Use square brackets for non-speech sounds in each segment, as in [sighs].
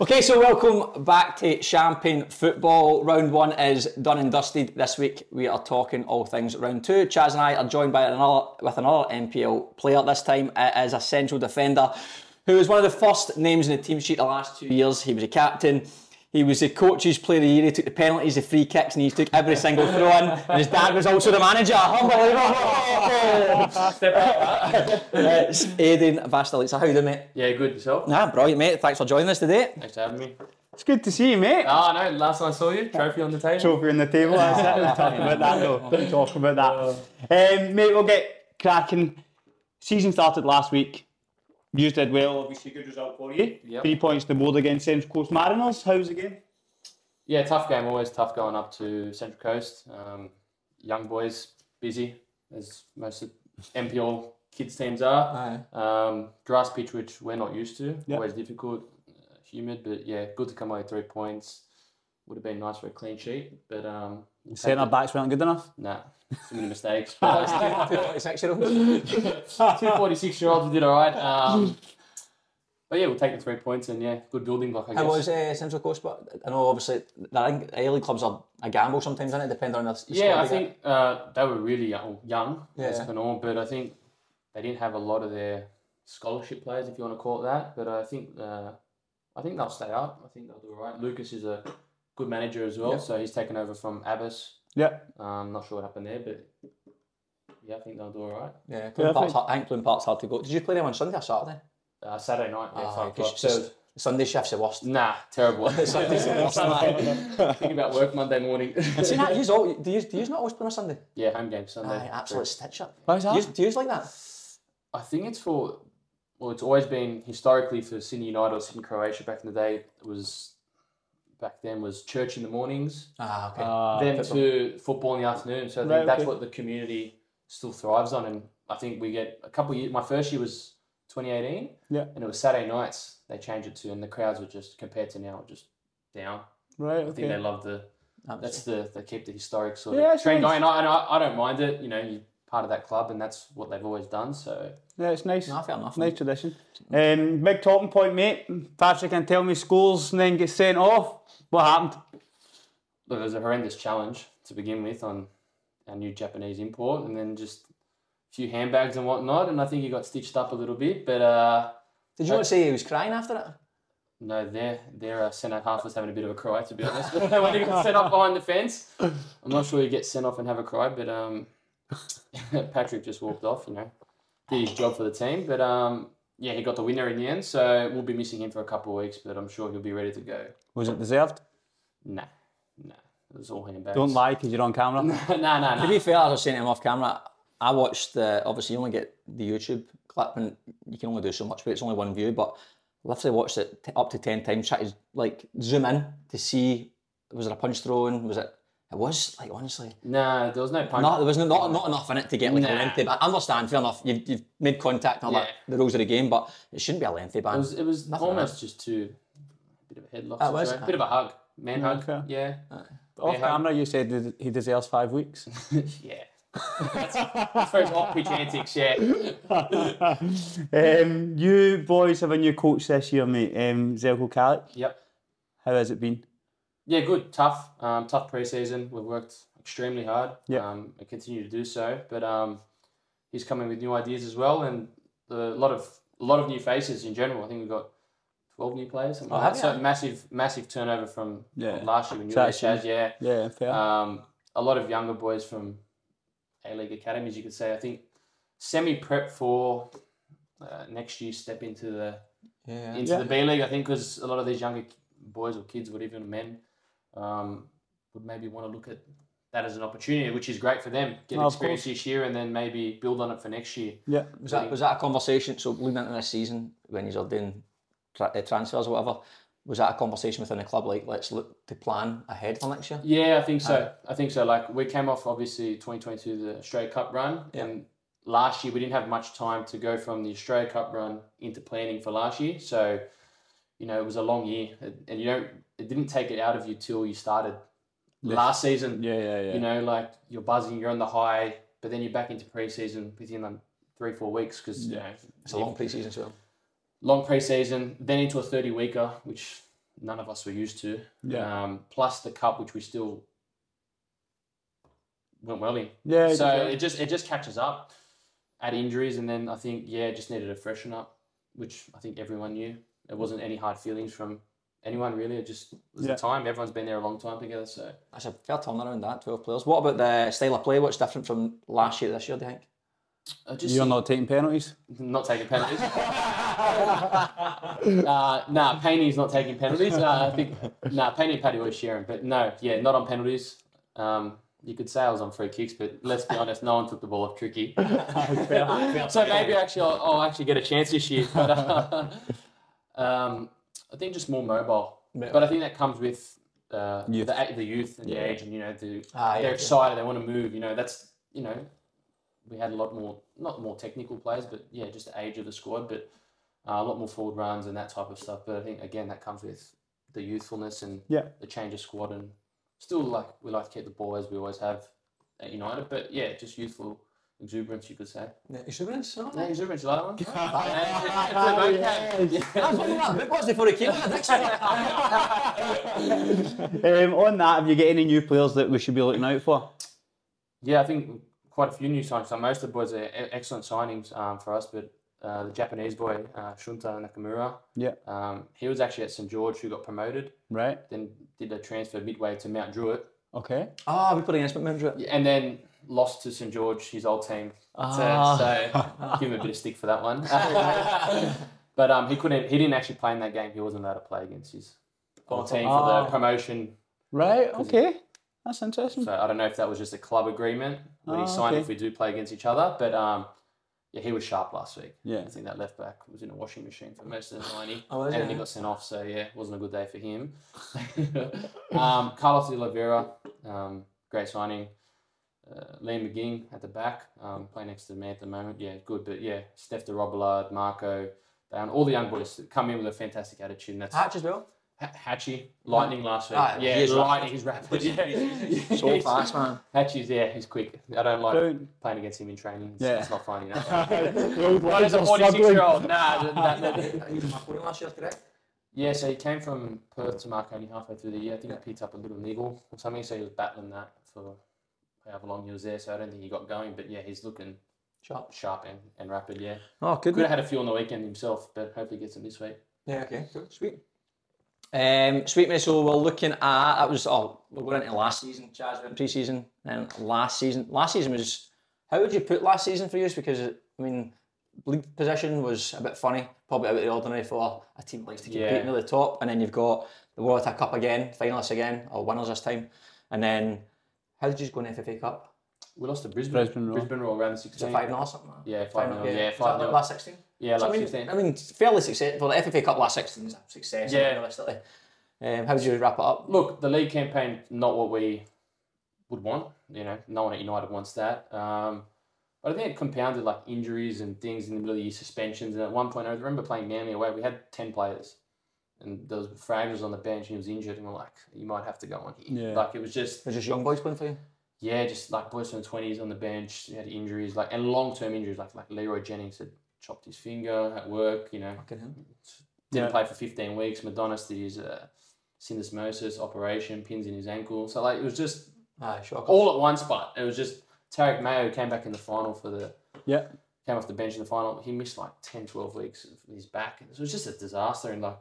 Okay, so welcome back to Champagne Football. Round one is done and dusted. This week we are talking all things round two. Chaz and I are joined by another with another MPL player. This time it is a central defender who was one of the first names in the team sheet the last two years. He was a captain. He was the coach's player of the year. He took the penalties, the free kicks, and he took every single throw in. And his dad was also the manager. Unbelievable! Step up. [laughs] it's Aidan Vastalitza. How you doing, mate? Yeah, good yourself. Nah, brilliant, mate. Thanks for joining us today. Thanks for having me. It's good to see you, mate. Ah, no, last time I saw you, trophy on the table. Trophy on the table. [laughs] That's it. We'll talk about that, though. We'll talk about that. Um, mate, we'll get cracking. Season started last week. You did well, obviously, good result for you. Yep. Three points to board against Central Coast Mariners. How's the game? Yeah, tough game. Always tough going up to Central Coast. Um, young boys, busy as most of MPL kids teams are. Um, grass pitch, which we're not used to. Always difficult, uh, humid, but yeah, good to come away with three points. Would have been nice for a clean sheet, but um, we'll take Centre it. backs weren't good enough. Nah, so many mistakes. But uh, Six-year-old. [laughs] two 46 year olds did all right. Um, but yeah, we'll take the three points and yeah, good building block. I guess. How was uh, Central Coast? But I know obviously that I think A League clubs are a gamble sometimes, isn't it? Depending on the the Yeah, squad I they think uh, they were really young, young as Yeah. per normal, but I think they didn't have a lot of their scholarship players, if you want to call it that. But I think uh, I think they'll stay up. I think they'll do all right. Lucas is a good manager as well, Yeah. so he's taken over from Abbas. Yeah. Um, not sure what happened there, but yeah, I think they'll do all right. get. Yeah, Plum Yeah, I Park's hard, I think Plum Park's hard to go. Did you play them on Sunday or Saturday? Uh, Saturday night, yeah, Ah, five 'cause o'clock. it's just- Sunday shift's the [laughs] worst. nah, [laughs] terrible. Sunday's the worst. man. Think about work Monday morning. See that? Yous all, do you do you not always play on a Sunday? [laughs] yeah, home game Sunday. Aye, absolute stitch up. Why's Do yous- Do you like that? I think it's for well, it's always been historically for Sydney United or Sydney Croatia back in the day was back then was church in the mornings, Ah, okay. Uh, then to football in the afternoon. So I think Right, that's okay. what the community still thrives on, and I think we get a couple of years. My first year was 2018, Yeah. and it was Saturday nights. They changed it to, and the crowds were just compared to now were just down. right, I think okay. they love the that's the they keep the historic sort Yeah, of it's trend nice. going. And I, and I I don't mind it. You know, you're part of that club, and that's what they've always done. So. Yeah, it's nice. No, Ah, fair enough. Nice tradition. Um, big talking point, mate. Patrick can tell me scores and then get sent off. What happened? Look, it was a horrendous challenge to begin with on our new Japanese import, and then just a few handbags and whatnot. And I think he got stitched up a little bit, but uh, Did you want to say he was crying after it? no, their their uh, centre half was having a bit of a cry to be honest. [laughs] when he got sent off behind the fence, I'm not sure he gets sent off and have a cry, but um, [laughs] Patrick just walked off. You know, did his job for the team, but um. Yeah, he got the winner in the end, so we'll be missing him for a couple of weeks, but I'm sure he'll be ready to go. Was it deserved? Nah, nah, it was all handbags. Don't lie because you're on [laughs] camera. nah, [laughs] nah, nah. To be fair, as I was saying to him off camera, I watched the obviously you only get the YouTube clip and you can only do so much, but it's only one view. But I literally watched it t- up to ten times, try to like zoom in to see was there a punch thrown? Was it? It was like honestly, Nah, there was no punch. not there was not not enough in it to get like a Nah. lengthy. But I understand, fair enough. You've, you've made contact and all that, Yeah. the rules of the game, but it shouldn't be a lengthy It ban. was it was Nothing almost just too bit of a headlock. Ah, was situation. it? bit of a hug, man hug. okay. Yeah, Off Yeah. camera, you said that he deserves five weeks. [laughs] yeah. that's, that's those off pitch antics. Yeah, [laughs] um, you boys have a new coach this year, mate. Um, Zelko Kalic. yep. How has it been? Yeah, good. Tough. Um, tough preseason. We've worked extremely hard. Yeah. Um, and continue to do so. But um, he's coming with new ideas as well, and the, a lot of a lot of new faces in general. I think we've got twelve new players. something Oh, like that. have So massive, massive turnover from Yeah. last year when you were So there, actually- Chaz. Yeah. Yeah, fair. um, a lot of younger boys from A League academies, you could say. I think semi prep for uh, next year step into the yeah. into Yeah. the B League. I think because a lot of these younger k- boys or kids, or even men, um, would maybe want to look at that as an opportunity, which is great for them. Get Oh, of experience this year and then maybe build on it for next year. yeah. Was that was that a conversation? So leading into this season, when you're doing tra- uh, transfers or whatever, was that a conversation within the club? Like, let's look to plan ahead for next year. Yeah, I think so. I think so. Like we came off obviously 2022 the Australia Cup run, and last year we didn't have much time to go from the Australia Cup run into planning for last year. So, you know, it was a long year, and- and you don't. It didn't take it out of you till you started last season. Yeah, yeah, yeah. You know, like you're buzzing, you're on the high, but then you're back into preseason within like three, four weeks because you know It's a long pre-season as well. long preseason, then into a 30 weeker, which none of us were used to. Yeah. Um, plus the cup, which we still went well in. Yeah, so yeah. it just it just catches up, add injuries, and then I think yeah, just needed a freshen up, which I think everyone knew. It wasn't any hard feelings from anyone really. It just was Yeah. the time. Everyone's been there a long time together, so That's a fair turnaround, that 12 players. What about the style of play? What's different from last year to this year, do you think? I just You're not taking penalties. not taking penalties. [laughs] uh, nah, Payne's not taking penalties. Uh, I think nah, Payne and Paddy were sharing, but no, yeah, not on penalties. Um, you could say I was on free kicks, but let's be honest, no one took the ball off tricky. [laughs] so maybe actually I'll, I'll actually get a chance this year. But, [laughs] uh, um, I think just more mobile, Yeah. but I think that comes with uh, Youth. the a- the youth and Yeah. the age, and you know the Ah, yeah, they're yeah. excited, they want to move. You know that's you know we had a lot more not more technical players, but yeah, just the age of the squad, but uh, a lot more forward runs and that type of stuff. But I think again that comes with the youthfulness and [laughs] Yeah. the change of squad, and still like we like to keep the ball as we always have at United, but yeah, just youthful exuberance, you could say. Exuberance, Yeah, exuberance, you like that one? Um, What's the for a [laughs] kick? Next one. Um, on that, have you got any new players that we should be looking out for? Yeah, I think quite a few new signings. So most of the boys are e- excellent signings um, for us, but uh, the Japanese boy, uh, Shunta Nakamura, Yeah. um, he was actually at St. George who got promoted, Right. then did a transfer midway to Mount Druitt, Okay. Ah, we put against McMindra. and then lost to St. George, his old team. So, so give him a bit of stick for that one. but um, he couldn't, he didn't actually play in that game. He wasn't allowed to play against his old team for the promotion Right. Okay. That's interesting. So I don't know if that was just a club agreement when Oh, he signed okay. if we do play against each other. But um, yeah, he was sharp last week. Yeah. [laughs] I think that left back was in a washing machine for most of the 90. [laughs] Oh, was and it? he got sent off. So yeah, it wasn't a good day for him. [laughs] um, Carlos de Oliveira, um, great signing. Uh, Liam McGinn at the back, um, playing next to me at the moment. Yeah, good. But yeah, Steph de Robillard, Marco, down, all the young boys that come in with a fantastic attitude. And that's Hatch as well. H- Hatchie, lightning last week. Ah, yeah, he is lightning. He's rapid. [laughs] Yeah, he's, So fast, [laughs] man. Hatchie's yeah, he's quick. I don't like Brilliant. playing against him in training. It's, Yeah. it's not fun enough. The old What ones is a are 46 struggling. year old? Nah. that- that- that- last year, correct? [laughs] yeah, so he came from Perth to Marconi halfway through the year. I think he picked up a little niggle or something, so he was battling that for however long he was there. So I don't think he got going, but yeah, he's looking Sharp. sharp and, and rapid. Yeah, Oh, could good. have had a few on the weekend himself, but hopefully gets them this week. Yeah, okay, cool. Sweet. Um, sweet mate, so we're looking at that was oh we're going into last season, Chaz went pre season and last season. Last season was how would you put last season for you? Because I mean league position was a bit funny, probably out of the ordinary for a team that likes to compete Yeah. near the top, and then you've got the World Tag Cup again, finalists again, or winners this time, and then how did you go in the FFA Cup? We lost to Brisbane. Brisbane Brisbane Roar. Roll, around the Was it 16. five 0 or something? Yeah, 5-0, yeah, Was that 5-0. Last sixteen. Yeah, So, last I mean, 16. I mean, fairly successful. The FFA Cup last 16 is a success. Yeah. Realistically. Um, how would you wrap it up? look, the league campaign not what we would want. You know, no one at United wants that. Um, but I think it compounded like injuries and things in the middle of the year, suspensions. And at one point, I remember playing Manly away. We had ten players, and there was Fraser on the bench, and he was injured, and we're like, you might have to go on here. Yeah. Like it was just Was just young boys playing for you? yeah, just like boys from the twenties on the bench. You had injuries like and long term injuries like like Leroy Jennings had chopped his finger at work. You know, Fucking hell. didn't Yeah. play for 15 weeks. Madonna's did his uh, syndesmosis operation, pins in his ankle. So, like, it was just Aye, shock. all at once, but it was just Tarek Mayo came back in the final for the. Yeah. Came off the bench in the final. He missed like 10, 12 weeks of his back. It was just a disaster. And, like,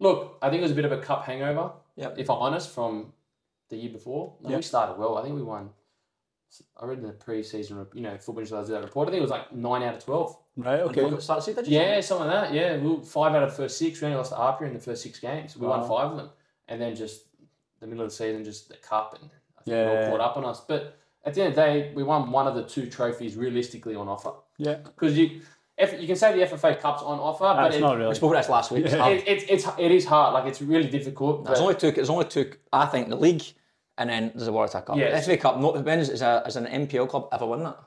look, I think it was a bit of a cup hangover, Yep. if I'm honest, from the year before. Like, Yeah. We started well. I think we won. I read in the pre-season, rep- you know, football Insiders did that report. I think it was like nine out of twelve. Right. Okay. Got started, did you? Yeah, something like that. Yeah, we were five out of the first six. We only lost to Harper in the first six games. We Wow. won five of them, and then just the middle of the season, just the cup, and I think Yeah. it all caught up on us. But at the end of the day, we won one of the two trophies realistically on offer Yeah. because you, F, you can say the FFA Cup's on offer, but That's it, not We really. spoke about this last week. It's hard. it, it's it's it is hard. Like it's really difficult. There's but- only two. There's only two. I think the league, and then there's the World Cup. Yes. The FFA Cup. Not wins as a as an NPL club ever win that.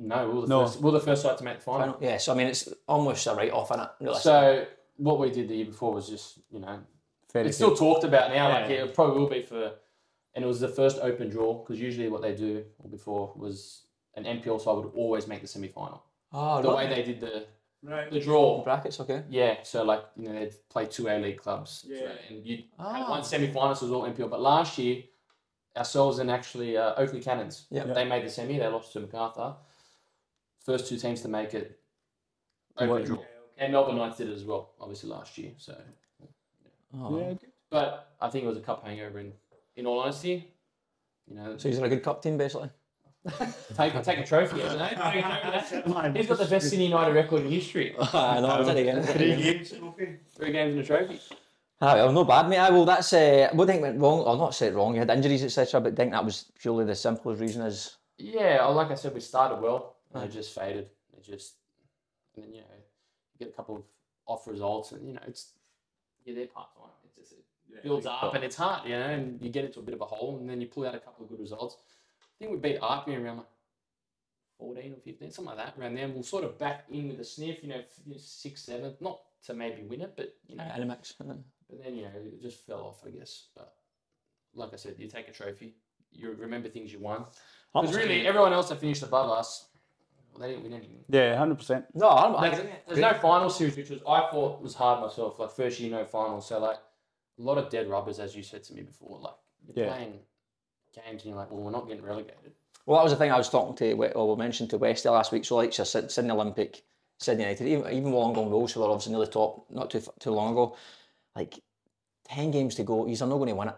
no, we're the No. first. We're the first side to make the I final. don't- Yeah. So I mean, it's almost a write off in it. Realistically. So what we did the year before was just you know Very it's still talked about now. Like Yeah. it probably will be for, and it was the first open draw because usually what they do or before was an NPL side would always make the semi final. oh, The right. way they did the Right. the draw. Brackets, okay. Yeah, so like you know they'd play two A League clubs. so- Yeah. and you Ah. had one semi-finals was all NPL, but last year ourselves and actually uh, Oakley Cannons, Yeah. they made the semi. They lost to Macarthur. First two teams to make it open draw, and Melbourne Knights did it as well, obviously last year. So, Oh. Yeah. but I think it was a cup hangover. In in all honesty, you know, So he's a good cup team, basically. [laughs] take take a trophy. you know? Take a [laughs] trophy. He's got the best Sydney United record in history. I know, is that [laughs] again? Is that Three again? games, trophy. Three games and a trophy. Ah, well, no bad, mate. I well, that's uh, what think went wrong, or not said wrong. You had injuries, etc. But think that was purely the simplest reason is Yeah, well, like I said, we started well and it just faded. It just, and then you know, you get a couple of off results, and you know, it's you're there part time. It just it builds up, and it's hard, you know, and you get into a bit of a hole, and then you pull out a couple of good results. I think we beat Artmere around like 14 or 15, something like that, around there. And we'll sort of back in with a sniff, you know, f- six, seven, not to maybe win it, but you know, in a mix. isn't it? but then you know it just fell off, I guess. But like I said, you take a trophy, you remember things you won. Because really, everyone else that finished above us, well, they didn't win anything. Yeah, hundred percent. No, I'm. I, There's, there's no final series, which was I thought was hard myself. Like first year, no final, so like a lot of dead rubbers, as you said to me before. Like you're Yeah. playing games, and you're like, well, we're not getting relegated. well, that was the thing I was talking to. we- Well, we mentioned to Westy last week. So like so Syd- Sydney Olympic, Sydney United, even even Wollongong Wolves, who were obviously near the top not too f- too long ago. Like ten games to go, you're not going to win it.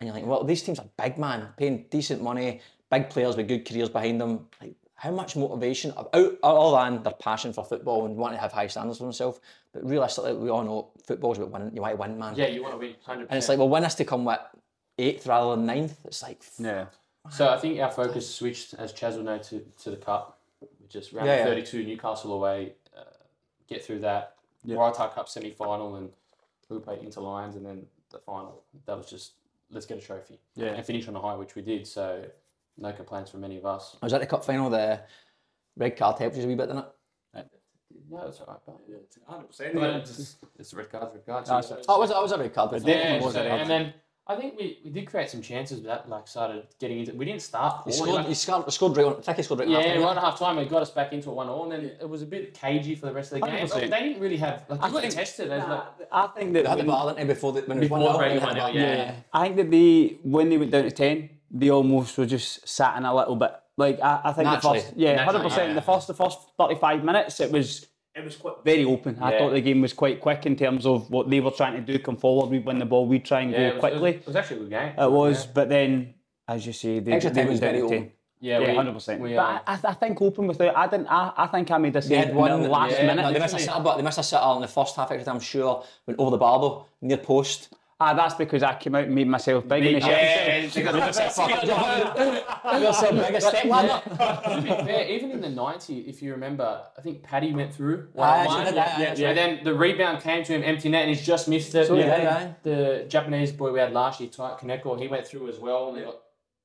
And you're like, well, these teams are big, man, paying decent money, big players with good careers behind them. Like, how much motivation, out, other than their passion for football and wanting to have high standards for themselves, but realistically, we all know football's about winning. You want to win, man. Yeah, you want to win 100. And it's like, well, when has to come with eighth rather than ninth? It's like, Yeah. So I think our focus switched, as Chaz will know, to, to the cup, which is round Yeah, yeah. 32, Newcastle away, uh, get through that, Yeah. Waratah Cup semi final, and we play Inter Lions, and then the final. That was just, let's get a trophy. Yeah. And finish on a high, which we did. So no complaints from any of us. I was at the cup final, the red card helped us a wee bit, didn't it? No, it's all right. But, Hundred percent. but it's, just- it's a red card, red card. No, it's- Oh, it was, it was a red card. but- yeah, was so- a red and then I think we, we did create some chances, but that like started getting into. We didn't start He poorly, scored, like- he scored, he scored right on, I think he scored right on half, Yeah, didn't right at half time, it got us back into a one all, and then it was a bit cagey for the rest of the game. 100%. They didn't really have. Like, I I got think- tested. and like, I think that he? They had the when- ball, didn't they, before the, when it was Before 1-0, Brady they had the won it, ball. yeah. I think that they when they went down to ten, they almost were just sat in a little bit. Like I, I think Naturally. the first yeah, Naturally, hundred percent. The first the first thirty five minutes it was It was quite. very open. I Yeah. thought the game was quite quick in terms of what they were trying to do, come forward, we win the ball, we try and yeah, it go was, quickly. It was, it was actually a good game. It was, but then as you say, they, Extra they time went was down very to open. 10. yeah, Yeah, we- hundred percent. we, But I, um, I, I think open without. I didn't. I, I think I made They a save had in one the last yeah, minute. No, they missed a sitter, but they missed a sitter in the first half extra time, I'm sure, went over the barber, near post. Ah, that's because I came out and made myself big in the shit. yeah, they got- [laughs] Wilson, big a step ladder. to be fair, even in the 90, if you remember, I think Paddy went through. Aye, one-on-one, actually, yeah, yeah, And then the rebound came to him, empty net, and he's just missed it. So, And yeah, then yeah. The Japanese boy we had last year, Tight Kaneko, he went through as well, and they got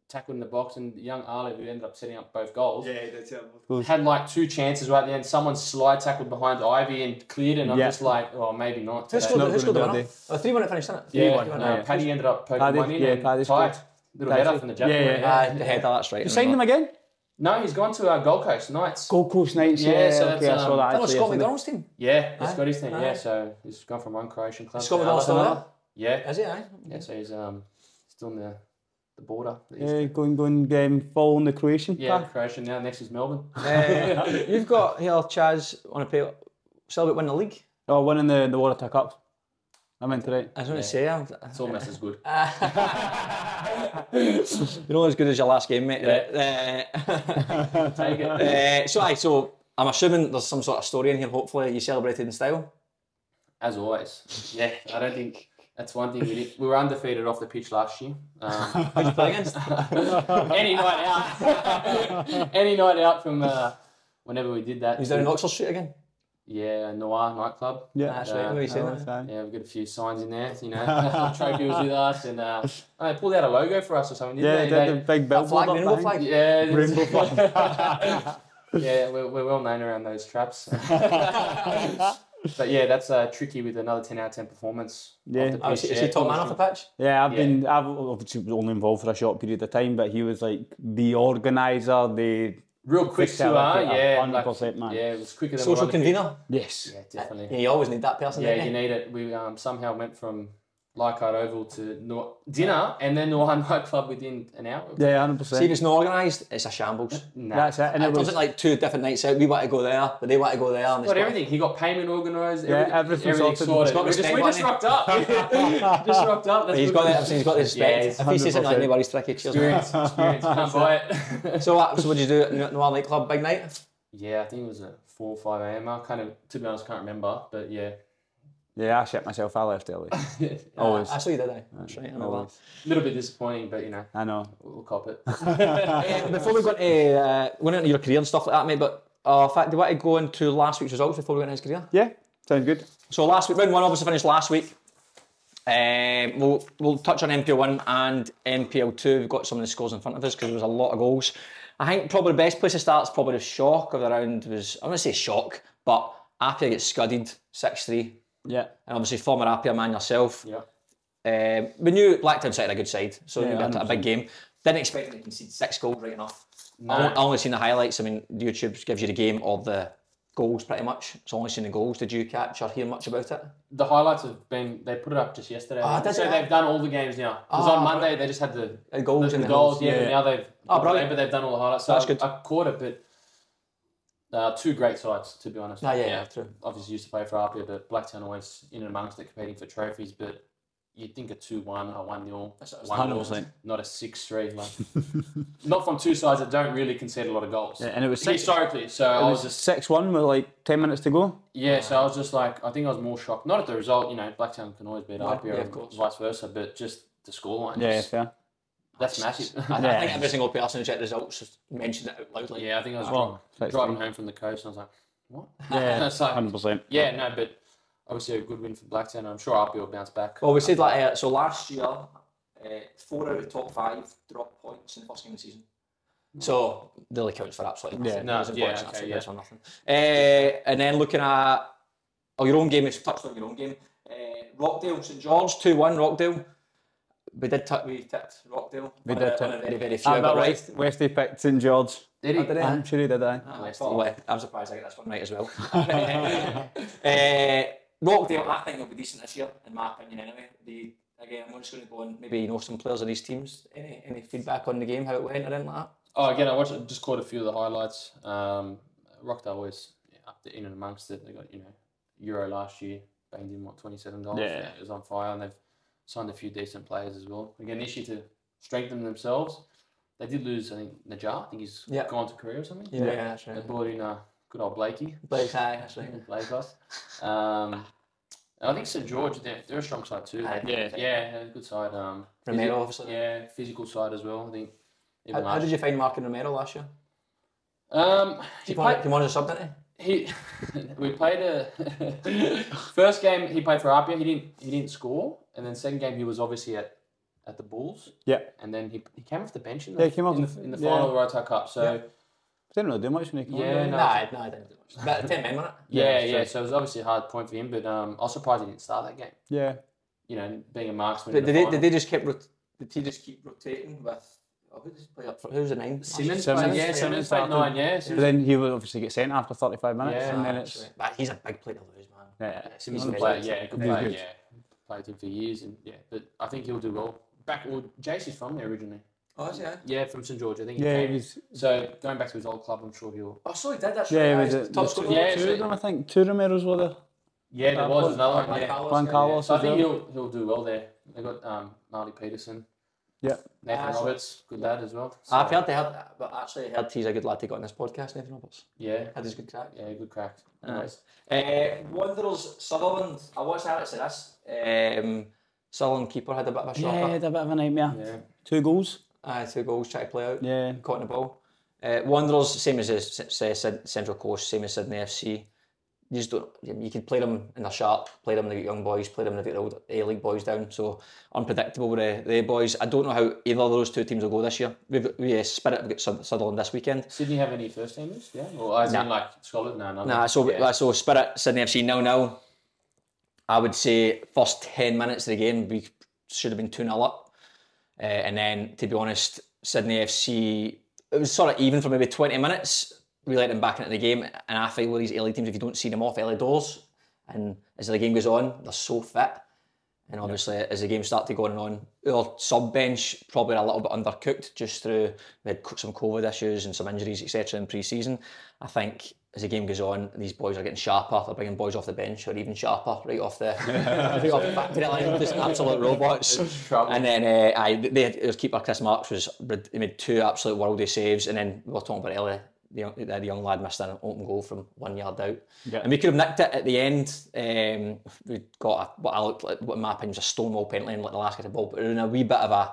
tackled in the box. And young Ali, who ended up setting up both goals, Yeah, that's it. had like two chances right at the end. Someone slide tackled behind Ivy and cleared, and I'm Yeah. just like, oh, maybe not. Who today." scored, who not scored the gonna winner? do Oh, 3 1 it finished, didn't it? Yeah, one, no, yeah. Paddy ended up poking Paddy- one in. yeah, and Paddy tight. scored. Little Paddy- header from the Japan. yeah, yeah. Aye, the header, that's right. You signed them again? No, he's gone to uh, Gold Coast Knights. Gold Coast Knights. Yeah, Yeah, so okay, that's, I saw That that. um, was actually Scott yesterday. McDonald's team. Yeah, he's Aye, got his thing. aye. Yeah, so he's gone from one Croatian club. Scott to McDonald's still another. there? Yeah, Is he, aye? yeah. So he's um still in the the border. Yeah, going, going, um, following the Croatian yeah, path. Croatian now. Next is Melbourne. Uh, [laughs] you've got here Chaz on a pay. Celtic win the league. Oh, winning the the Water Cup. I'm into that. I was going to say, I'm, It's almost as good. [laughs] [laughs] you're not as good as your last game, mate. Uh, Take it. uh, [laughs] so, aye, so I'm assuming there's some sort of story in here. Hopefully, you celebrated in style. As always. Yeah, I don't think that's one thing we did. We were undefeated off the pitch last year. Um, Who'd you play [laughs] against? any night out, [laughs] any night out from uh, whenever we did that. He's down in Oxford Street again. Yeah, Noir nightclub. That's Yeah. right. What are you saying? All the there? time. Yeah, we've got a few signs in there. You [laughs] know, trophy was with us, and uh, oh, they pulled out a logo for us or something. Didn't Yeah, they? the, They- the big flag, billboard. the up rainbow behind. flag. Yeah, it is. Rainbow [laughs] yeah, we're, we're well known around [laughs] those traps. [laughs] but yeah, that's uh, tricky with another 10 out of 10 performance. off Yeah. the Oh, is, pitch, he- is yeah. he top man off the pitch? Yeah, I've Yeah. been. I've obviously was only involved for a short period of time, but he was like the organizer, the Real quick to Facility, uh, a yeah, hundred like, percent, man. yeah, it was quicker than Social what other convener. Yes. people- Yeah, definitely. Yeah, you always need that person. Yeah, don't you you? need it. We um, somehow went from Leichardt Oval to Nor- dinner and then Noir nightclub within an hour. Yeah, hundred See, if percent. it's not organised, it's a shambles. Nah. That's it. And it It was wasn't like two different nights out. We want to go there, but they want to go there. And it's Got got- everything. He got payment organised. Yeah, everything, everything's everything sorted. sorted. He's got We just, respect, we just hasn't rocked up. just rocked up. [laughs] That's He's what got we- that. He's got the respect. Yeah, if he says something like 100%. anybody's tricky, cheers. mate." experience. experience. Can't buy it. [laughs] So, what, so what did you do at Noir nightclub? Big night. yeah, I think it was at four or five a.m. I kind of, to be honest, can't remember. But yeah, yeah, I shit myself. I left early. Always. I saw you did. I. That's right. I know that. Always. a little bit disappointing, but you know, I know. we'll cop it. Uh, before we go into, uh, going into your career and stuff like that, mate, but uh, in fact, do you want to go into last week's results before we go into his career? Yeah, sounds good. So last week, round one obviously finished last week. Um, we'll, we'll touch on MPL one and MPL two. We've got some of the scores in front of us because there was a lot of goals. I think probably the best place to start is probably the shock of the round was I'm gonna say shock, but Apia gets scudded six three, Yeah. and obviously former Apia man yourself. yeah. Um, we knew Blacktown side had a good side, so we Yeah, knew we had a big game. Didn't expect them to concede six goals right enough. I on- I only seen the highlights. I mean, YouTube gives you the game or the goals pretty much. So I only seen the goals. Did you catch or hear much about it? The highlights have been they put it up just yesterday. does so Ah, it? they've done all the games now. Because Ah, on Monday they just had the, The goals the, and the goals. goals, Yeah, yeah. now they've Oh, brilliant. but they've done all the highlights. So That's I, good. I caught it, but uh, two great sides to be honest. Ah, yeah, yeah, true. Obviously used to play for Apia, but Blacktown always in and amongst it competing for trophies. But you'd think a two-one, a one-nil, one 100%. not a six-three. [laughs] Like, not from two sides that don't really concede a lot of goals. and it was six- historically. So I It was was just six one with like ten minutes to go. yeah, so I was just like, I think I was more shocked, not at the result, you know, Blacktown can always beat Apia yeah, of and course. vice versa, but just the scoreline. Yeah, just- fair. That's massive. [laughs] I, I Yeah. think every single person who checked the results just mentioned it out loudly. yeah, I think I was Well, driving, that's driving true. home from the coast and I was like, what? [laughs] Yeah, It's [laughs] like- hundred percent. yeah, no, but obviously a good win for Blacktown. and I'm sure Apia will bounce back. Well, we said like uh, so last year, uh, four out of the top five dropped points in the first game of the season. So really counts for absolutely nothing. Yeah. No, It's yeah, unfortunate, okay, so it yeah. counts for nothing. Uh, and then looking at oh, your own game, it's touched on your own game. Uh, Rockdale, St George, two one Rockdale. We did t- we tipped Rockdale. We did on a tip. very very few, I but bet right. West, Westy picked St George. Did he? Did it? I'm sure he did. I. Ah, well, I'm surprised I got this one right as [laughs] well. uh, Rockdale, I think, will be decent this year, in my opinion, anyway. The, again, I'm just going to go on maybe you know some players on these teams. Any any feedback on the game, how it went, or anything like that? Oh, again, I watched. Just caught a few of the highlights. Um, Rockdale was up the in and amongst it. They got you know Euro last year, banged in what twenty seven dollars. Yeah. it was on fire, and they've signed a few decent players as well. Again, this year to strengthen themselves. They did lose, I think Najjar. I think he's Yeah. gone to Korea or something. Yeah, that's They right. brought in uh, good [laughs] old Blakey. Blake, aye, that's right. Blakos. Um, and I think St George, they're, they're a strong side too. Aye, They- Ah, yeah. yeah, they're a good side. Um, Romero, physi- obviously. yeah, physical side as well. I think. even How, how last did you find Mark and Romero last year? um, he He played, played, came on as a sub, didn't he [laughs] we played a [laughs] first game he played for Apia he didn't he didn't score and then second game he was obviously at at the Bulls Yeah, and then he, he came off the bench in the, Yeah, he came off in the- the, in the yeah. final of the Rotar Cup so didn't really do much when he came. on, Yeah, did he? he? no. Nah, no, I didn't do much. About 10 men, wasn't [laughs] it? yeah yeah, Yeah, sure. so it was obviously a hard point for him but um, I was surprised he didn't start that game Yeah. you know being a marksman Did, in the did, they, final. did they just keep, rot- did he just keep rotating with, oh, who does he play up for? Who's the nine? Simmons, Simmons played, yeah played- Simmons played started. nine yeah But Simmons, then he would obviously get sent after 35 minutes, Yeah. and then Ah, it's that's right. But he's a big player to lose, man. yeah. Simmons he's good player good. yeah good He's player good. yeah played him for years and yeah but I think he'll do well back well Jace is from there originally Oh, is he? eh? yeah from St George I think he Yeah, came. he was. So going back to his old club, I'm sure he'll. Oh, so he did, that's Yeah, right. he was aye. at top the- scorer. Yeah, Two of them, I think. Two Romero's were there. Yeah, there Uh, was Juan- another one. Juan Yeah. Carlos, Juan yeah, Carlos So I as think well. he'll he'll do well there. They got um, Marley Peterson, Yeah. Nathan Ah, so- Roberts, good lad as well. So, I've heard they had, but actually, I heard he's a good lad to got on this podcast, Nathan Roberts. Yeah, Had his good crack. yeah, good crack. Nice. Uh, Wanderers Sutherland. I watched that. It's this. Um, Sutherland keeper had a bit of a shocker. Yeah, had a bit of a nightmare. Yeah, Two goals. Aye, two goals, try to play out. Yeah. Caught in the ball. Uh, Wanderers, same as uh, S- S- Sid- Central Coast, same as Sydney FC. You just don't. You can play them in the sharp, play them in the young boys, play them in the old A League boys down. So unpredictable with the, the boys. I don't know how either of those two teams will go this year. We've got, we uh, Spirit have got Sut- Sutherland this weekend. Sydney have any first teamers? Yeah, well, as in like Scotland, no, no. Nah, so yeah. so Spirit Sydney FC nil nil. I would say first ten minutes of the game we should have been two 0 up, uh, and then to be honest, Sydney FC it was sort of even for maybe 20 minutes. We let them back into the game, and I feel with these early teams, if you don't see them off early doors, and as the game goes on, they're so fit. And obviously, as the game started going on, our sub bench probably a little bit undercooked just through we had co- some COVID issues and some injuries, etc. in pre season. I think as the game goes on, these boys are getting sharper. They're bringing boys off the bench who are even sharper right off the, [laughs] right off the factory line, just absolute robots. trouble. And then uh, I, they, their keeper Chris Marks was he made two absolute worldy saves, and then we were talking about earlier. The, young- the the young lad missed an open goal from one yard out, and we could have nicked it at the end. Um, we got a, what I looked like, what in my opinion was a stonewall penalty and let the last get a ball, but we were in a wee bit of a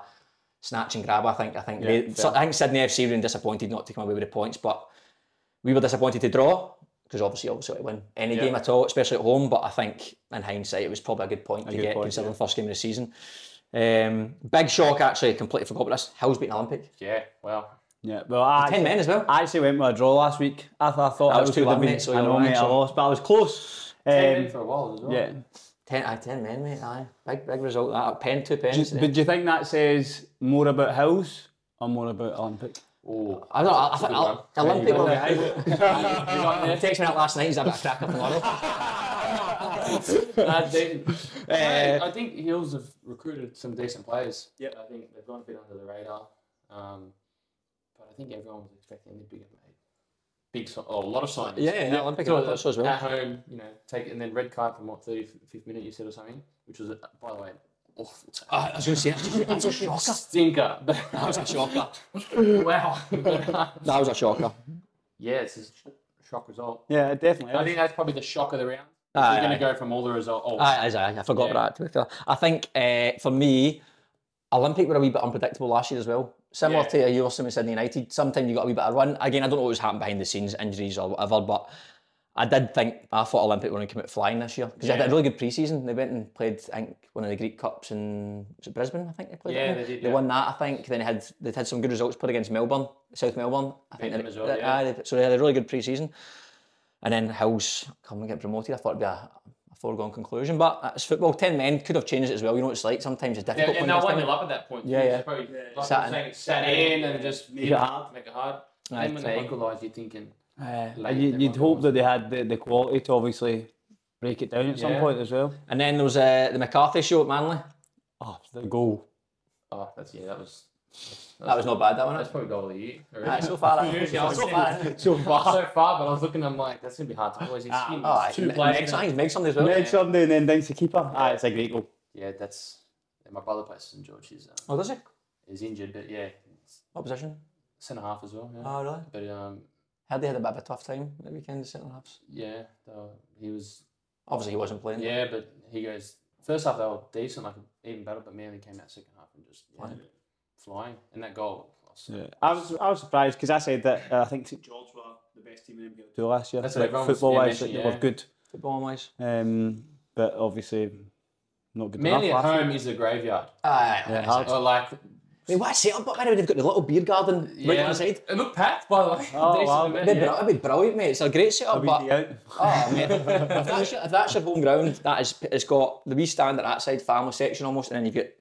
snatch and grab. I think I think they, so, I think Sydney FC were disappointed not to come away with the points, but we were disappointed to draw because obviously, obviously, to win any game at all, especially at home. But I think in hindsight, it was probably a good point to get considering first game of the season. Um, big shock, actually, completely forgot about this. Hill's beaten Olympic. Yeah, wow. Yeah, well, I Ten men as well. I actually went with a draw last week. I, th- I thought I was was could 2-1, have been. mate, so I you're know, right, mate, I so- lost, but I was close. Ten Um, for a while as well. yeah. Ten, aye, ten men, mate. Aye, big, big result. That pen, two pens. eh. But do you think that says more about Hills or more about Olympic? Ooh. I don't know. I, I think I'll- Olympic. will- [laughs] You got there? Text me out last night. He's a bit of a cracker [laughs] tomorrow. Uh, they- I, I think Hills have recruited some decent players. Yeah, I think they've gone a bit under the radar. Um, but I think everyone was expecting the bigger mate. Big, si- oh, a lot of signings. Yeah, yeah, Olympic, I thought so as well. At home, you know, take and then red card from what 35th minute you said or something, which was uh, by the way, awful. I was going to say that's, that's a shocker. Stinker. [laughs] That was a shocker. wow. But, uh, That was a shocker. [laughs] yeah, it's a sh- shock result. Yeah, definitely. I think that's probably the shock of the round. Aye, We're going aye. to go from all the results. Oh, Aye, aye, aye. I forgot Yeah. about that. To be fair, I think uh, for me, Olympic were a wee bit unpredictable last year as well. Similar Yeah. to a Eurosum with Sydney United, sometimes you got a wee bit of run. Again, I don't know what was happening behind the scenes, injuries or whatever, but I did think I thought Olympic were going to come out flying this year because they had a Yeah. really good pre-season. They went and played, I think, one of the Greek cups in was it Brisbane. I think they played. Yeah, didn't they did, They yeah. won that, I think. Then they had they had some good results played against Melbourne, South Melbourne. I think Beat them they- as well, they- yeah. aye, they- so they had a really good pre-season. And then Hills come and get promoted. I thought it'd be a, a foregone conclusion, but uh, it's football. Ten men could have changed it as well. You know what it's like. Sometimes it's Yeah, difficult. and when no there's one ten- in love at that point. Yeah, It's yeah. Probably, like I was Sat in. saying, sat in and just make it hard. Make it hard. Aye, and when they someone- equalise, you're thinking. Uh, Like you, everyone you'd hope that they had the, the quality to obviously break it down at some Yeah. point as well. And then there was uh, the McCarthy show at Manly. Oh, the goal. Oh, that's yeah. That was That was not bad. That one. that's probably goal of the year. Aye, already. [laughs] so far, that- so far. So [laughs] Not so far, but I was looking. I'm like, that's gonna be hard to close his skin. Oh, aye, Two Meg- players. Meg- isn't it? I think Meg Sunday as well. Meg Sunday and then down to keeper. Ah, it's a great goal. Yeah, that's yeah, my brother plays St George. He's uh, Oh, does he? he's injured, but yeah, it's What position? centre half as well. Yeah. Oh, really? but um, Had they had a bit of a tough time at the weekend, centre halves? yeah, though, he was Obviously, he wasn't playing. yeah, but he goes first half they were decent, like even better, but Manly came out second half and just like, flying, and that goal. was- I was I was surprised because I said that uh, I think St George were the best team in NBL two last year. That's what everyone was- football yeah, wise, like, mentioned, they were yeah. good, Football wise. um, but obviously not good Manly at enough. last year. home is a graveyard. Aye. Yeah, hard. Or like, I mean, what a setup, but by the way, they've got the little beer garden right yeah. on the side. It looked packed, by the way. [laughs] Oh, Decent wow. event, It'd be, yeah. br- it'd be brilliant, mate. It's a great setup, but Out. Oh, mate. if, that's your, if that's your home ground, that is, it's got the wee stand at that side, family section almost, and then you've got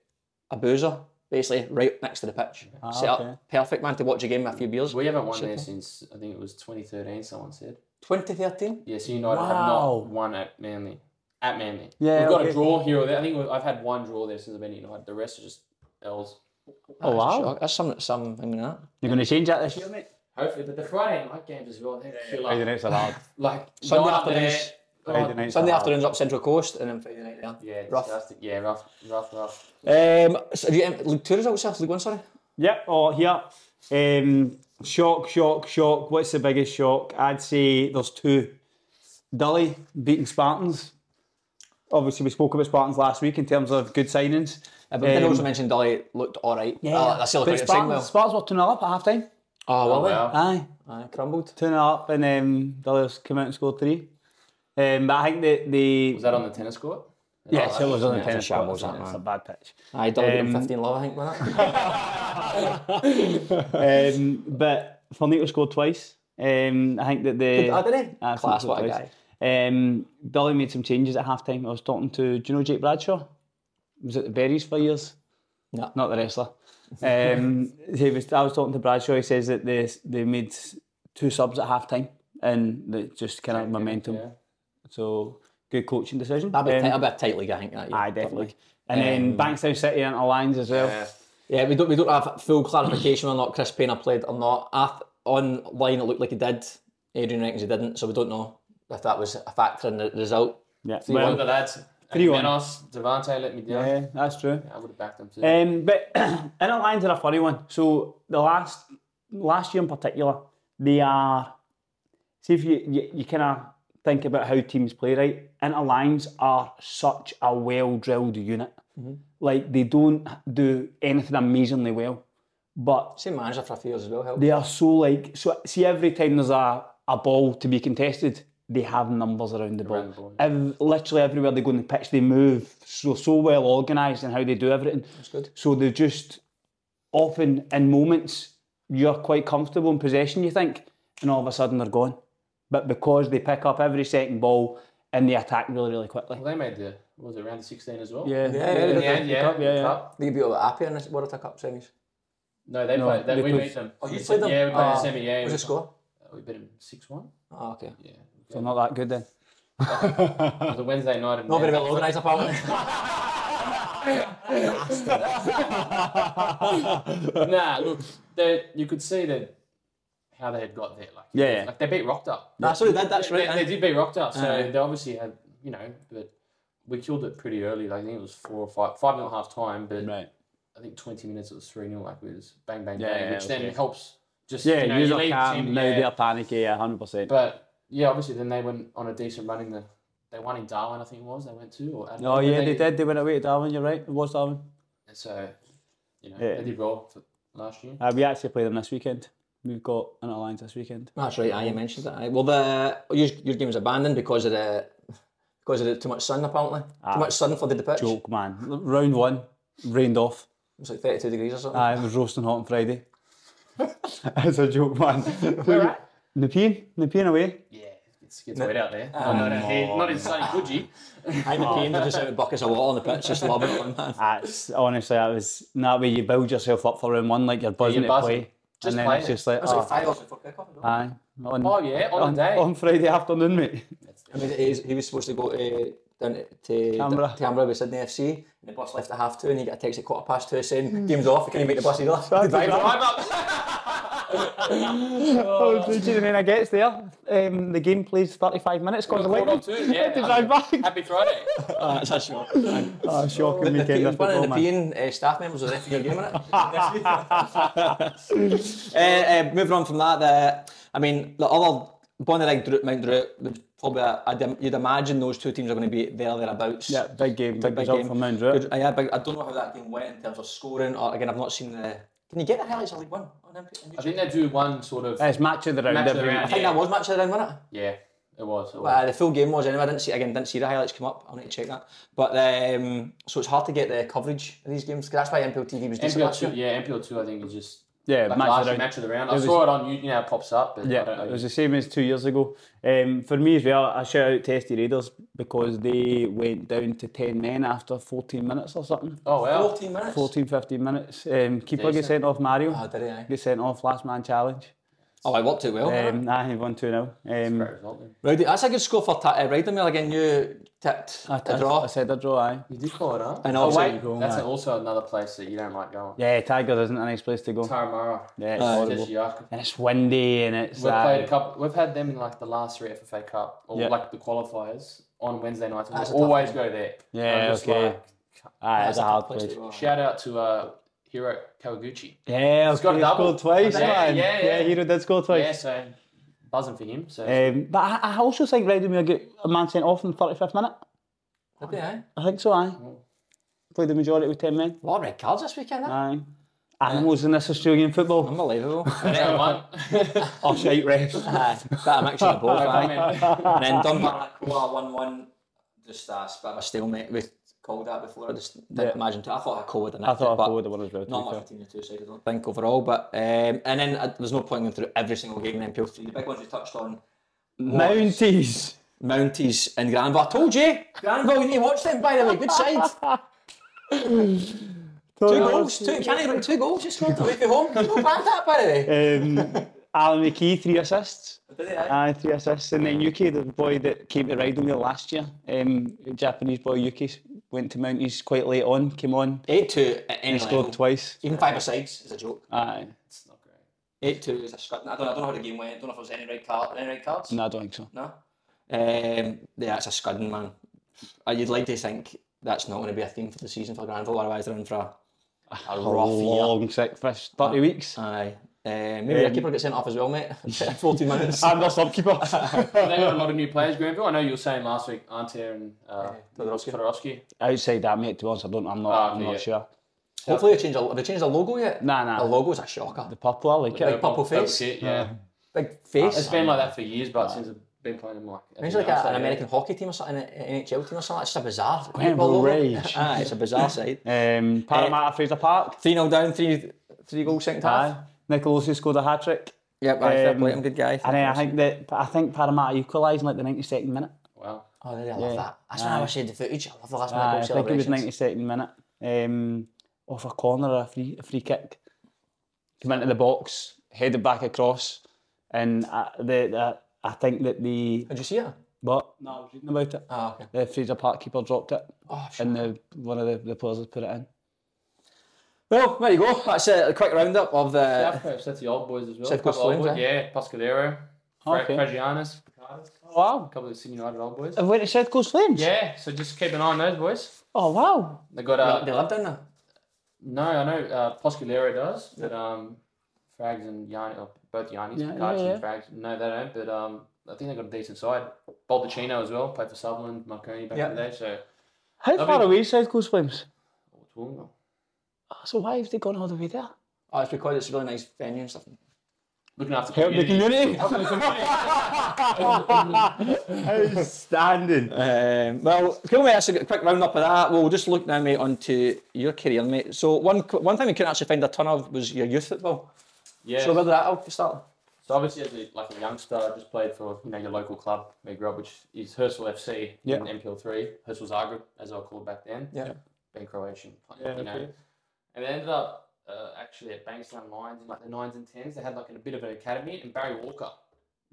a boozer basically right next to the pitch. Set okay. up perfect, man, to watch a game with a few beers. We haven't won there since I think it was 2013. Someone said. 2013? Yes, United have Wow. not won at Manly. At Manly, Yeah, we've got okay. a draw here or there. I think I've had one draw there since I've been at United. The rest are just L's. Oh wow! Shock. That's something, something like that. You're going to change that this year, mate. Hopefully, but the Friday night games as well. They're killer. Friday nights are hard. Like Sunday go up there, afternoons. oh, Friday nights Sunday are hard. afternoons up Central Coast and then Friday night down. Yeah, rough. rough. Disgusting. Yeah, rough, rough, rough. Um, so have you, um, League 2 results, sir? League 1, sorry? Yep, all here. Um, shock, shock, shock. What's the biggest shock? I'd say there's two. Dully beating Spartans. Obviously, we spoke about Spartans last week in terms of good signings. Uh, but then Um, also mentioned Dolly looked alright. Yeah. Oh, that's the but other thing. Spartan, Spartans, well. Spartans were 2 0 up at half time. Oh, well, Wow. Aye, Aye, crumbled. 2 0 up, and um, Dully's come out and scored three. Um, but I think that the. Was that on the tennis court? yeah, it was on the tennis court. shambles, that, It's a man. bad pitch. Aye, Dolly beat Um, him 15 love, I think, wasn't it? Um, but Fornito scored twice. Um, I think that the. Oh, did he? [laughs] I think Class, so, what a twice. guy. Um, Dolly made some changes at half time. I was talking to, do you know Jake Bradshaw? Was at the Berries for years. No. not the wrestler. Um, he was. I was talking to Bradshaw. He says that they they made two subs at half time and that just kind of momentum. Yeah. So good coaching decision. That'd be, a Um, tight- that'd be a tight league, I think. That, yeah, Aye, top definitely. league. And then Bankstown City and Lions as well. um, Yeah. Yeah, we don't we don't have full clarification on not Chris Payne played or not. I th- online it looked like he did. Adrian reckons he didn't, so we don't know if that was a factor in the result. Yeah, Well, well, one of the lads, uh, one. Menos, Devante let me down. yeah, that's true. I would have backed him too. Um, but [clears throat] inner lines are a funny one. So the last last year in particular, they are. See if you you, you kind of think about how teams play, right? Inner lines are such a well drilled unit. Mm-hmm. Like they don't do anything amazingly well, but Same manager for a few years as well. Help. they are so like so. See, every time there's a, a ball to be contested, they have numbers around the ball. the ball, Ev- literally everywhere they go on the pitch, they move so so well organised and how they do everything. That's good. So they just often in moments you're quite comfortable in possession, you think, and all of a sudden they're gone. But because they pick up every second ball and they attack really really quickly. well, they made the what was it round of sixteen as well. Yeah, yeah, In they the end, yeah, Cup, yeah, yeah. Cup. They beat up Appy in the World Cup semis. No, they played. They, they we played- beat them. you played them? Yeah, we played Ah, the semi. Yeah, What's we- the score? We beat them six one. Oh, okay. Yeah, They're not that good then. [laughs] it was a Wednesday night. Not very well organised, apparently. [laughs] Nah, look, they, you could see that how they had got there. Like, Yeah, yeah. like they beat Rockdale. That's what they did, that's they, right. they eh? did beat Rockdale, so Aye. they obviously had you know, but we killed it pretty early. Like, I think it was four or five, five and a half time, but Right. I think twenty minutes it was three 0 Like, it was bang, bang, Yeah, bang, yeah, which then okay. helps. Just Yeah, you know, you you are leave calm, team, now yeah. they're panicky, yeah, hundred percent. But yeah, obviously, then they went on a decent run in the. They won in Darwin, I think it was. They went to or Oh Adelaide, yeah, they did. They went away to Darwin. You're right. It was Darwin. So, you know, Yeah. they did well for last year. Uh, we actually play them this weekend. We've got an alliance this weekend. That's right. Aye, you mentioned that. Aye. Well, the your, your game was abandoned because of the because of the, too much sun. Apparently, too much sun flooded the pitch. It Ah. Joke, man. Round one, rained off. was like thirty-two degrees or something. Uh, it was roasting hot on [laughs] Friday. That's a joke, man. Nepean, Nepean away. Yeah, it's gets wet out there. Um, Oh, no, no, here- [laughs] not in sunny Coogee. I'm the team just out with buckets of water on the pitch, just lobbing it on man. Oh. That's honestly, that was in that way you build yourself up for round one, like you're buzzing you're to buzzing. play, Just and then play it's it. just like, oh, five hours before kickoff. aye, on, Oh yeah, on, on, the day. on Friday afternoon, mate. I mean, he was, he was supposed to go to down to, to Canberra. to Canberra with Sydney FC, and the bus left at half two, and he got a text at quarter past two saying game's off. Can you make the bus either? The driver- I'm up. Oh, and then I gets there, um, the game plays 35 minutes because of Quarter lightning. to, [laughs] yeah. to drive back. [laughs] Happy Friday. Ah, that's a [laughs] shock. Oh, shocking The weekend P- of One of football, the man. P uh, staff members was refereeing your game in it. [laughs] [laughs] uh, uh, moving on from that, uh, I mean, the other Bonnie Reg Drew, Mount Drew would probably, uh, I'd, im- you'd imagine those two teams are going to be there thereabouts. Yeah, big game, big, big result game. for Mount Druitt. Good- Uh, yeah, big- I don't know how that game went in terms of scoring. Or again, I've not seen the. Can you get the highlights of League One on them? I think they do one sort of. It's match of the round. Match of the every round, I think that was match of the round, wasn't it? yeah, it was. It was. Uh, the full game was anyway. I didn't see again. Didn't see the highlights come up. I'll need to check that. But um, so it's hard to get the coverage of these games. 'cause that's why NPL TV was decent MPL last two, year. yeah, MPL two. I think is just Yeah, like match of last the round. match of the round. I was- saw it on you, you know, how it pops up. But I don't Yeah, know. it was the same as two years ago. Um, for me as well, I shout out to SD Raiders because they went down to 10 men after 14 minutes or something. oh well. 14 minutes. 14, 15 minutes. Um, keeper Decent. gets sent off, Mario. Oh, did he? aye? gets sent off, last man challenge. Oh, I worked it well. Um, nah, he won 2 0. Great Um, result then. Rowdy, that's a good score for Ta- uh, Ryder Mill again. You tipped I, a I- draw. I said a draw, aye. You did call it up. And oh also- wait, Go, that's mate. also another place that you don't like going. Yeah, Tigers isn't a nice place to go. Taramara. yeah, it's It's horrible. just yuck. And it's windy and it's. We've played a Uh, couple. We've had them in like the last three FFA Cup or Yeah. like the qualifiers on Wednesday nights. and That's We a tough always go there. Yeah, And I'm just okay. like, aye, That's ah, it's a hard tough place. to go. shout out to uh, Hiro Kawaguchi. Yeah, He's got a he double. scored twice, Yeah, man. yeah, yeah. Hero did score twice. Yeah, so buzzing for him. So [laughs] Um, but I, I also think Redmond get a man sent off in the 35th minute. Did they, aye? I think so, aye. Oh. Played the majority with 10 men. A lot of red cards this weekend. eh? Aye. Animals in this Australian football. Unbelievable. [laughs] yeah, [laughs] one. Oh, shite [laughs] refs. Aye, that mixture of both. I aye. mean, And then [laughs] Dunbar one one. Just uh, a bit of a stalemate. We called that before. I just didn't Yeah. imagine. I thought I called it. I thought I but forward the one as well. to Not be much fair. between the two sides, I don't think, overall. But um, and then uh, there's no point going through every single game in NPL three. The big ones we touched on: Mounties. Mounties and [laughs] Granville. I told you, Granville. You need to watch them. By the way, good side. Two goals. Two, can't even two goals. Just scored away from home. Not bad that, by the way. Um, Alan McKee, three assists. Did he, aye? Aye, three assists. And then Yuki, the boy that came to Rydal me last year, um, Japanese boy Yuki, went to Mounties quite late on, came on, Eight two at any scored level. twice. Even five asides is a joke. Aye. [laughs] It's not great. Eight two is a scud. I don't, I don't know how the game went. I don't know if it was any red card. Any red cards? No, I don't think so. No. Um, yeah, it's a scudding man. Uh, you'd like to think that's not going to be a theme for the season for Granville. Otherwise, they're in for a, a A rough year. long sick first 30 weeks. Aye. Uh, maybe Um, the keeper gets sent off as well, [laughs] mate. [laughs] 14 minutes. I'm the sub keeper. [laughs] They got a lot of new players, Granville. I know you were saying last week, Antier and uh, Todorovsky. Todorovsky. [laughs] Outside that, mate, to be honest, I don't, I'm not, Ah, I'm okay, not yeah. sure. Hopefully, they change. A, have they changed the logo yet? Nah, nah. The logo's a shocker. The purple, I like Big it. purple That was face. it, yeah. Big It's face. been like that for years, but since I've been playing them like. It's every like now a, and an then. American hockey team or something, an NHL team or something. It's just a bizarre. Granville football logo. [laughs] Rage. Aye, it's a [laughs] bizarre sight. Um, Eh. Parramatta, Fraser Park. 3 0 down, 3 three goals second half. Aye. Nicolosi scored a hat trick. Yep, aye, fair Um, play. I'm a good guy. And then I think that I think Parramatta equalised in like the 92nd minute. Wow. Oh, really? I love that. That's when I wish I had the footage. I love the last minute Aye, goal I think it was celebrations. 92nd minute. Um, off a corner, or a free a free kick. Came into the box, headed back across, and I, the, the I think that the Did you see it? but no, I was reading about it. Ah, okay. The Fraser Park keeper dropped it, Oh, sure. and the one of the, the players has put it in. Well, there you go. That's a quick roundup of the. South Coast, that's the old boys as well. South Coast Couple old Flames, boys, Yeah, Pascalero, eh? Oh, Fra- Okay. Fragianis, Oh, Wow! a couple of Sydney United old boys. I went to South Coast Flames. Yeah, so just keep an eye on those boys. Oh wow! They got Uh, uh, they live down there. No, I know uh, Posculero does, but um, Frags and Yanni, or both Yannis, Yeah, yeah, yeah, and Frags. No, they don't. But um, I think they got a decent side. Baldacchino as well played for Sutherland, Marconi back in the day. So How Lovely. far away is South Coast Flames? Oh, Toowoomba. So why have they gone all the way there? Oh, it's because it's a really nice venue and stuff. looking after Help the community. community. Outstanding. Um, well, cool, mate. That's a quick roundup of that. We'll just look now, mate, onto your career, mate. So, one one thing we couldn't actually find a ton of was your youth football. Yeah. So, So, where did that all start? obviously, as a, like a youngster, I just played for you know your local club, where I grew up, which is Hersel FC Yeah. in MPL three, Hersel Zagreb, as I was called back then. Yeah. Being Croatian, like, Yeah, [laughs] you know. okay. And they ended up uh, actually at Bankstown Lions in like the nines and tens. They had like a bit of an academy, and Barry Walker.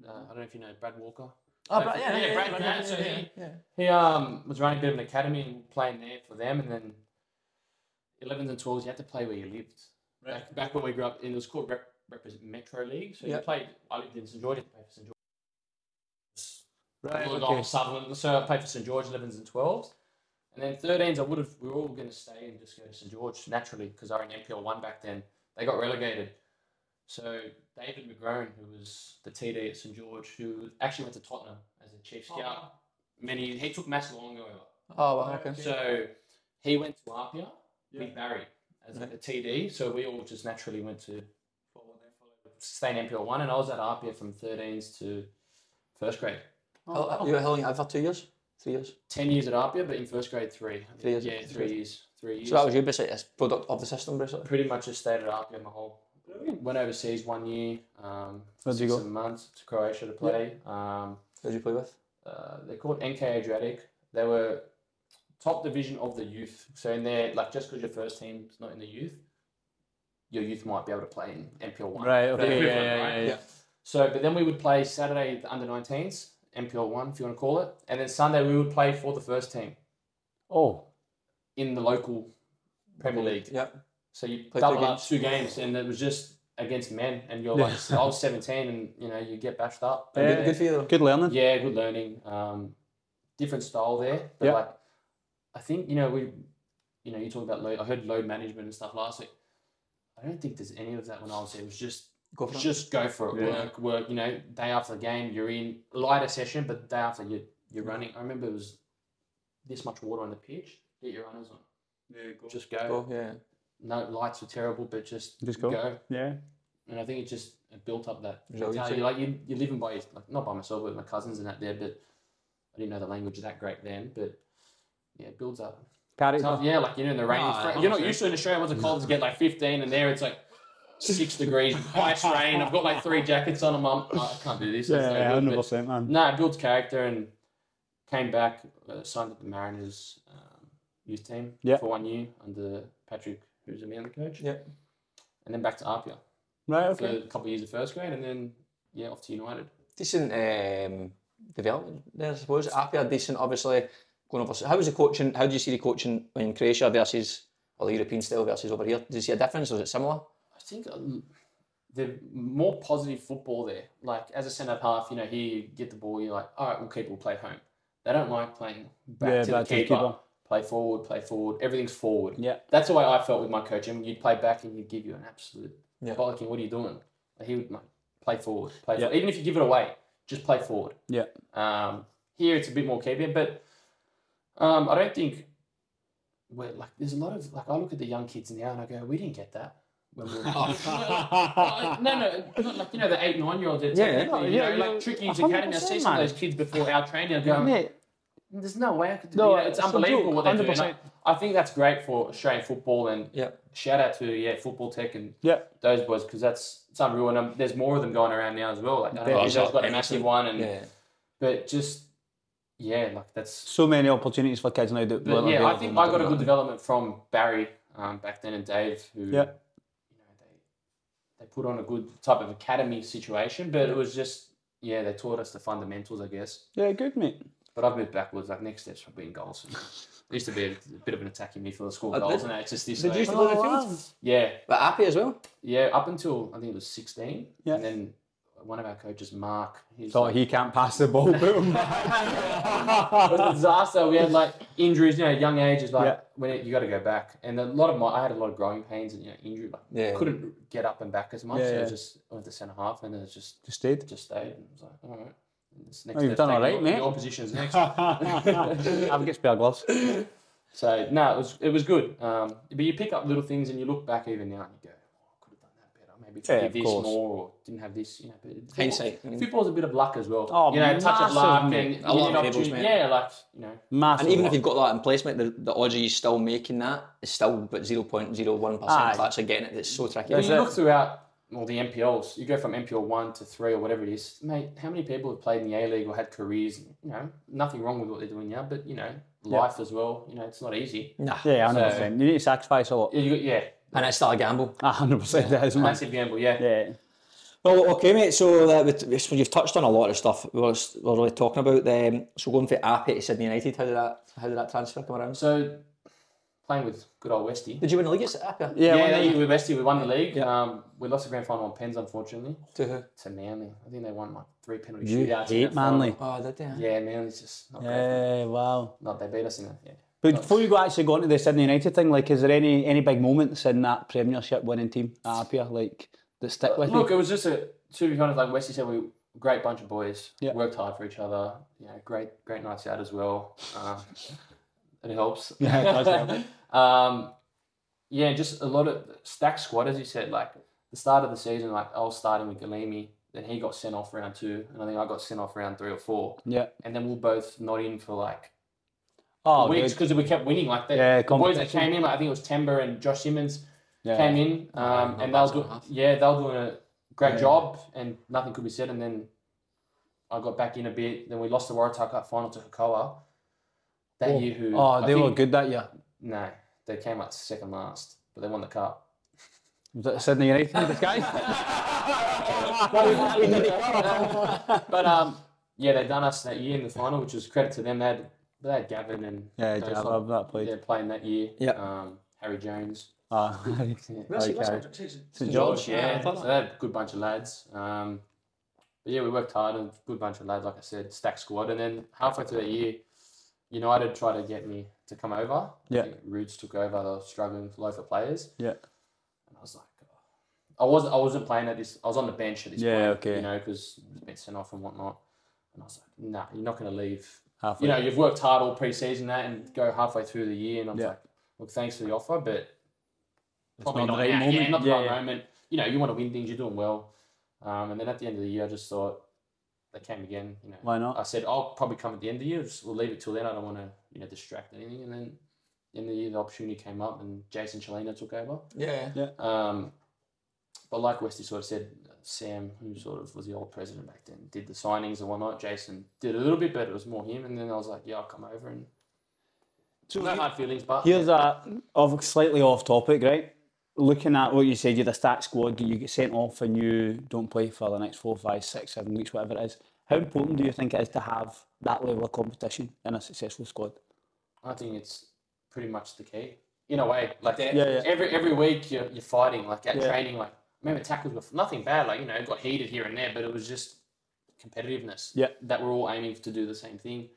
Uh, I don't know if you know Brad Walker. Oh, Brad- yeah, yeah, Brad- Brad, so he- He um was running a bit of an academy and playing there for them, and then 11s and 12s, you had to play where you lived. Back, back where we grew up, and it was called Rep, Repres Metro League. So Yeah. you played. I lived in St George. I played for St George. Right, Wollongong, okay. Sutherland. So I played for St George 11s and 12s, and then 13s. I would have. We were all going to stay and just go to St George naturally because they were in MPL one back then. They got relegated. So David McGrone, who was the TD at St George, who actually went to Tottenham as a chief scout. Many he took Mass Longo over. Oh, wow, okay. So he went to Apia with Barry as a TD. So we all just naturally went to stay in MPL one, and I was at Apia from 13s to first grade. How- You were holding it for two years? Three years? Ten years at Apia, but in first grade three. Three years. Yeah, three years. Three years. So, that was you basically a product of the system, basically. pretty much just stayed at Apia my whole. Went overseas one year, um, for Where'd you six, go? seven months to Croatia to play. Um, Who did you play with? uh, they're called NK Adriatic. They were top division of the youth. So in there, like just because your first team's not in the youth, your youth might be able to play in MPL one. Right, okay, The yeah, equivalent, yeah, Uh, right? yeah, yeah. So, but then we would play Saturday the under 19s, MPL one, if you want to call it, and then Sunday we would play for the first team Oh, in the local Premier League. Yeah. So you Play double two up two games, and it was just against men, and you're like, I was 17, and you know you get bashed up. And Good, good for you, though. good learning. Yeah, good learning. Um, different style there, but Yeah. like I think you know we, you know, you talk about load. I heard load management and stuff last week. I don't think there's any of that when I was there. It was just Go for it. just go for it. Work, work. You know, day after the game, you're in lighter session, but day after you you're running. I remember it was this much water on the pitch. Get your runners on. Yeah, go. Just go. Oh, yeah. No lights were terrible, but just Just go. go Yeah. and I think it just it built up that Resiliency. mentality. Like you, you're living by like not by myself, but with my cousins and that there. But I didn't know the language that great then. But yeah, it builds up. Carry Tough, yeah, like you know in the rain. No, it's fr- I'm you're not sure. used to in Australia. What's it cold to get like 15, and there it's like six degrees, ice rain. I've got like three jackets on. I'm, I'm "Oh, I can't do this. It's no Yeah, good, hundred but- percent, man. no, it builds character and came back, uh, signed with the Mariners um, youth team Yeah. for one year under Patrick who's the main coach. Yep. And then back to Apia Right, for okay. a couple of years of first grade, and then yeah, off to United. Decent um, development there, I suppose. Apia, decent, obviously. Going over. How was the coaching? How do you see the coaching in Croatia versus or the European style versus over here? Did you see a difference? Was it similar? I think um, the more positive football there. Like as a centre half, you know, here you get the ball, you're like, all right, we'll keep, we'll play home. They don't like playing back Yeah, to back the keeper. Play forward, play forward. Everything's forward. Yeah. that's the way I felt with my coach. And you'd play back, and he'd give you an absolute Yeah. bollocking. What are you doing? Like, he would like, play forward, play forward. Even if you give it away, just play forward. Yeah. Um, here it's a bit more keeping, but um, I don't think we're like there's a lot of like I look at the young kids now and I go, we didn't get that. When we were no, no, not like you know the eight, nine year olds. Yeah, yeah. yeah, Yeah, you know, yeah, like Tricky's Academy. I see 100%, some of man. those kids before our training. I [laughs] go, Mate, there's no way I could do No, that. It's it's a unbelievable joke, what they do. And I, 100%. I think that's great for Australian football and Yeah. shout out to yeah football tech and Yeah. those boys because that's it's unreal. And um, there's more of them going around now as well. Like I don't Yeah, know, has sure. got a massive one, and Yeah. but just yeah, like that's. so many opportunities for kids now that But weren't yeah, I available think in I got a the- good development from Barry um, back then and Dave, who Yeah. you know they they put on a good type of academy situation, but it was just yeah they taught us the fundamentals, I guess. Yeah, good, mate. But I've moved backwards. Like next steps have been goals. for me. It used to be a, a bit of an attacking midfield, score Uh, goals, did- and now it's just this. Did you Way. used to play the field? Yeah, But Apia as well? yeah. Up until I think it was sixteen, Yeah. and then one of our coaches, Mark, he's Thought he can't pass the ball. put [laughs] him it was a back. disaster. We had like injuries, you know, young ages. Like Yeah. when it, you got to go back, and a lot of my I had a lot of growing pains and you know injury. Like Yeah. couldn't get up and back as much. Yeah, so yeah. I just I went to centre half, and then it just Just stayed. just stayed. And it was like all right. This next Oh, you've step, done take all right, your, mate. Your position's [laughs] next. Have a get spare gloves. So no, it was it was good. Um, but you pick up little things and you look back even now and you go, oh, I could have done that better. Maybe could Yeah, yeah, of this course. more or didn't have this. You know, but football- Hindsight, I mean. Football's a bit of luck as well. Oh, you know, touch of massive, luck mate. and A lot of variables, opportunity- mate. Yeah, like you know, Massive. And even if you've got that in place, mate, the, the odds of you still making that is still but 0.01% Aye. to actually getting it. It's so tricky. when you it. look throughout all the NPLs, you go from NPL one to three or whatever it is. Mate, how many people have played in the A League or had careers? You know, nothing wrong with what they're doing now, but you know, life as well. You know, it's not easy. Nah. yeah, hundred percent. You need to sacrifice a lot. [laughs] Yeah, you, yeah, And it's still a gamble. hundred percent. That is [laughs] massive. massive gamble. Yeah, Yeah. Well, okay, mate. So uh, we- we- so you've touched on a lot of stuff we we're, we're really talking about. Um, so going for Appy to Sydney United, how did that how did that transfer come around? So playing with good old Westy. Did you win the league at Appy? Yeah. Yeah, one that day- year with Westy, we won the league. Um, we lost the grand final on pens, unfortunately, To who? to Manly. I think they won like three penalty You shootouts. in hate that final. Manly. Oh, did they? [laughs] Yeah, Manly's just not great. Yeah. Wow. No, they beat us in it. Yeah. But before you go actually go on to the Sydney United thing, like, is there any any big moments in that Premiership winning team at Apia, like that stick with Look, you? it was just a to be honest, like Westy said, we great bunch of boys. Yeah. Worked hard for each other. You know, great great nights out as well. [laughs] Um, it helps. Yeah, it does help. [laughs] um, yeah, just a lot of stack squad, as you said. Like the start of the season, like I was starting with Galimi, then he got sent off round two, and I think I got sent off round three or four, Yeah. and then we are both not in for like Oh, weeks good. because we kept winning. Like the, Yeah, the boys that competition. came in, like I think it was Timber and Josh Simmons Yeah. came in, um, and they was doing, yeah, they were doing a great job, and nothing could be said. And then I got back in a bit. Then we lost the Waratah Cup final to Hakoa that year. Who Oh, I they were think- good that year. No, they came out second last, but they won the cup. Was it Sydney United in [laughs] [laughs] disguise? But um, [laughs] yeah, they done us that year in the final, which was credit to them. They had they had Gavin and yeah, those I lot- love that place. yeah, playing that year. Yeah. Um, Harry Jones. [laughs] Ah, Where's he- where's he- okay. St. George, Yeah, I so thought they had a good bunch of lads. Um, but yeah, we worked hard and good bunch of lads, like I said, stack squad. And then halfway through that year, United tried to get me to come over. Yeah. I think Roots took over. They were struggling for low for players. Yeah. And I was like, oh. I wasn't. I wasn't playing at this. I was on the bench at this Yeah, point. okay. You know, because it's been sent off and whatnot. And I was like, nah, you're not going to leave. Halfway. You know, you've worked hard all pre-season that, and go halfway through the year, and I'm Yeah. like, look, thanks for the offer, but probably not not, the right now. moment. Yeah, not the Yeah, right yeah. moment. You know, you want to win things. You're doing well. Um, and then at the end of the year, I just thought they came again. You know, Why not? I said I'll probably come at the end of the year. Just, we'll leave it till then. I don't want to you know distract anything. And then the end of the year, the opportunity came up, and Jason Chalina took over. Yeah. Um, but like Westy sort of said, Sam, who sort of was the old president back then, did the signings and whatnot. Jason did a little bit, but it was more him. And then I was like, yeah, I'll come over and. no hard feelings, but Here's a of slightly off topic, right? looking at what you said, you're the stat squad, you get sent off and you don't play for the next four, five, six, seven weeks, whatever it is. How important do you think it is to have that level of competition in a successful squad? I think it's pretty much the key. In a way, like Yeah, yeah. every every week you're, you're fighting, like at Yeah. training. Like I remember tackles were nothing bad, like you know it got heated here and there, but it was just competitiveness. Yeah. that we're all aiming to do the same thing,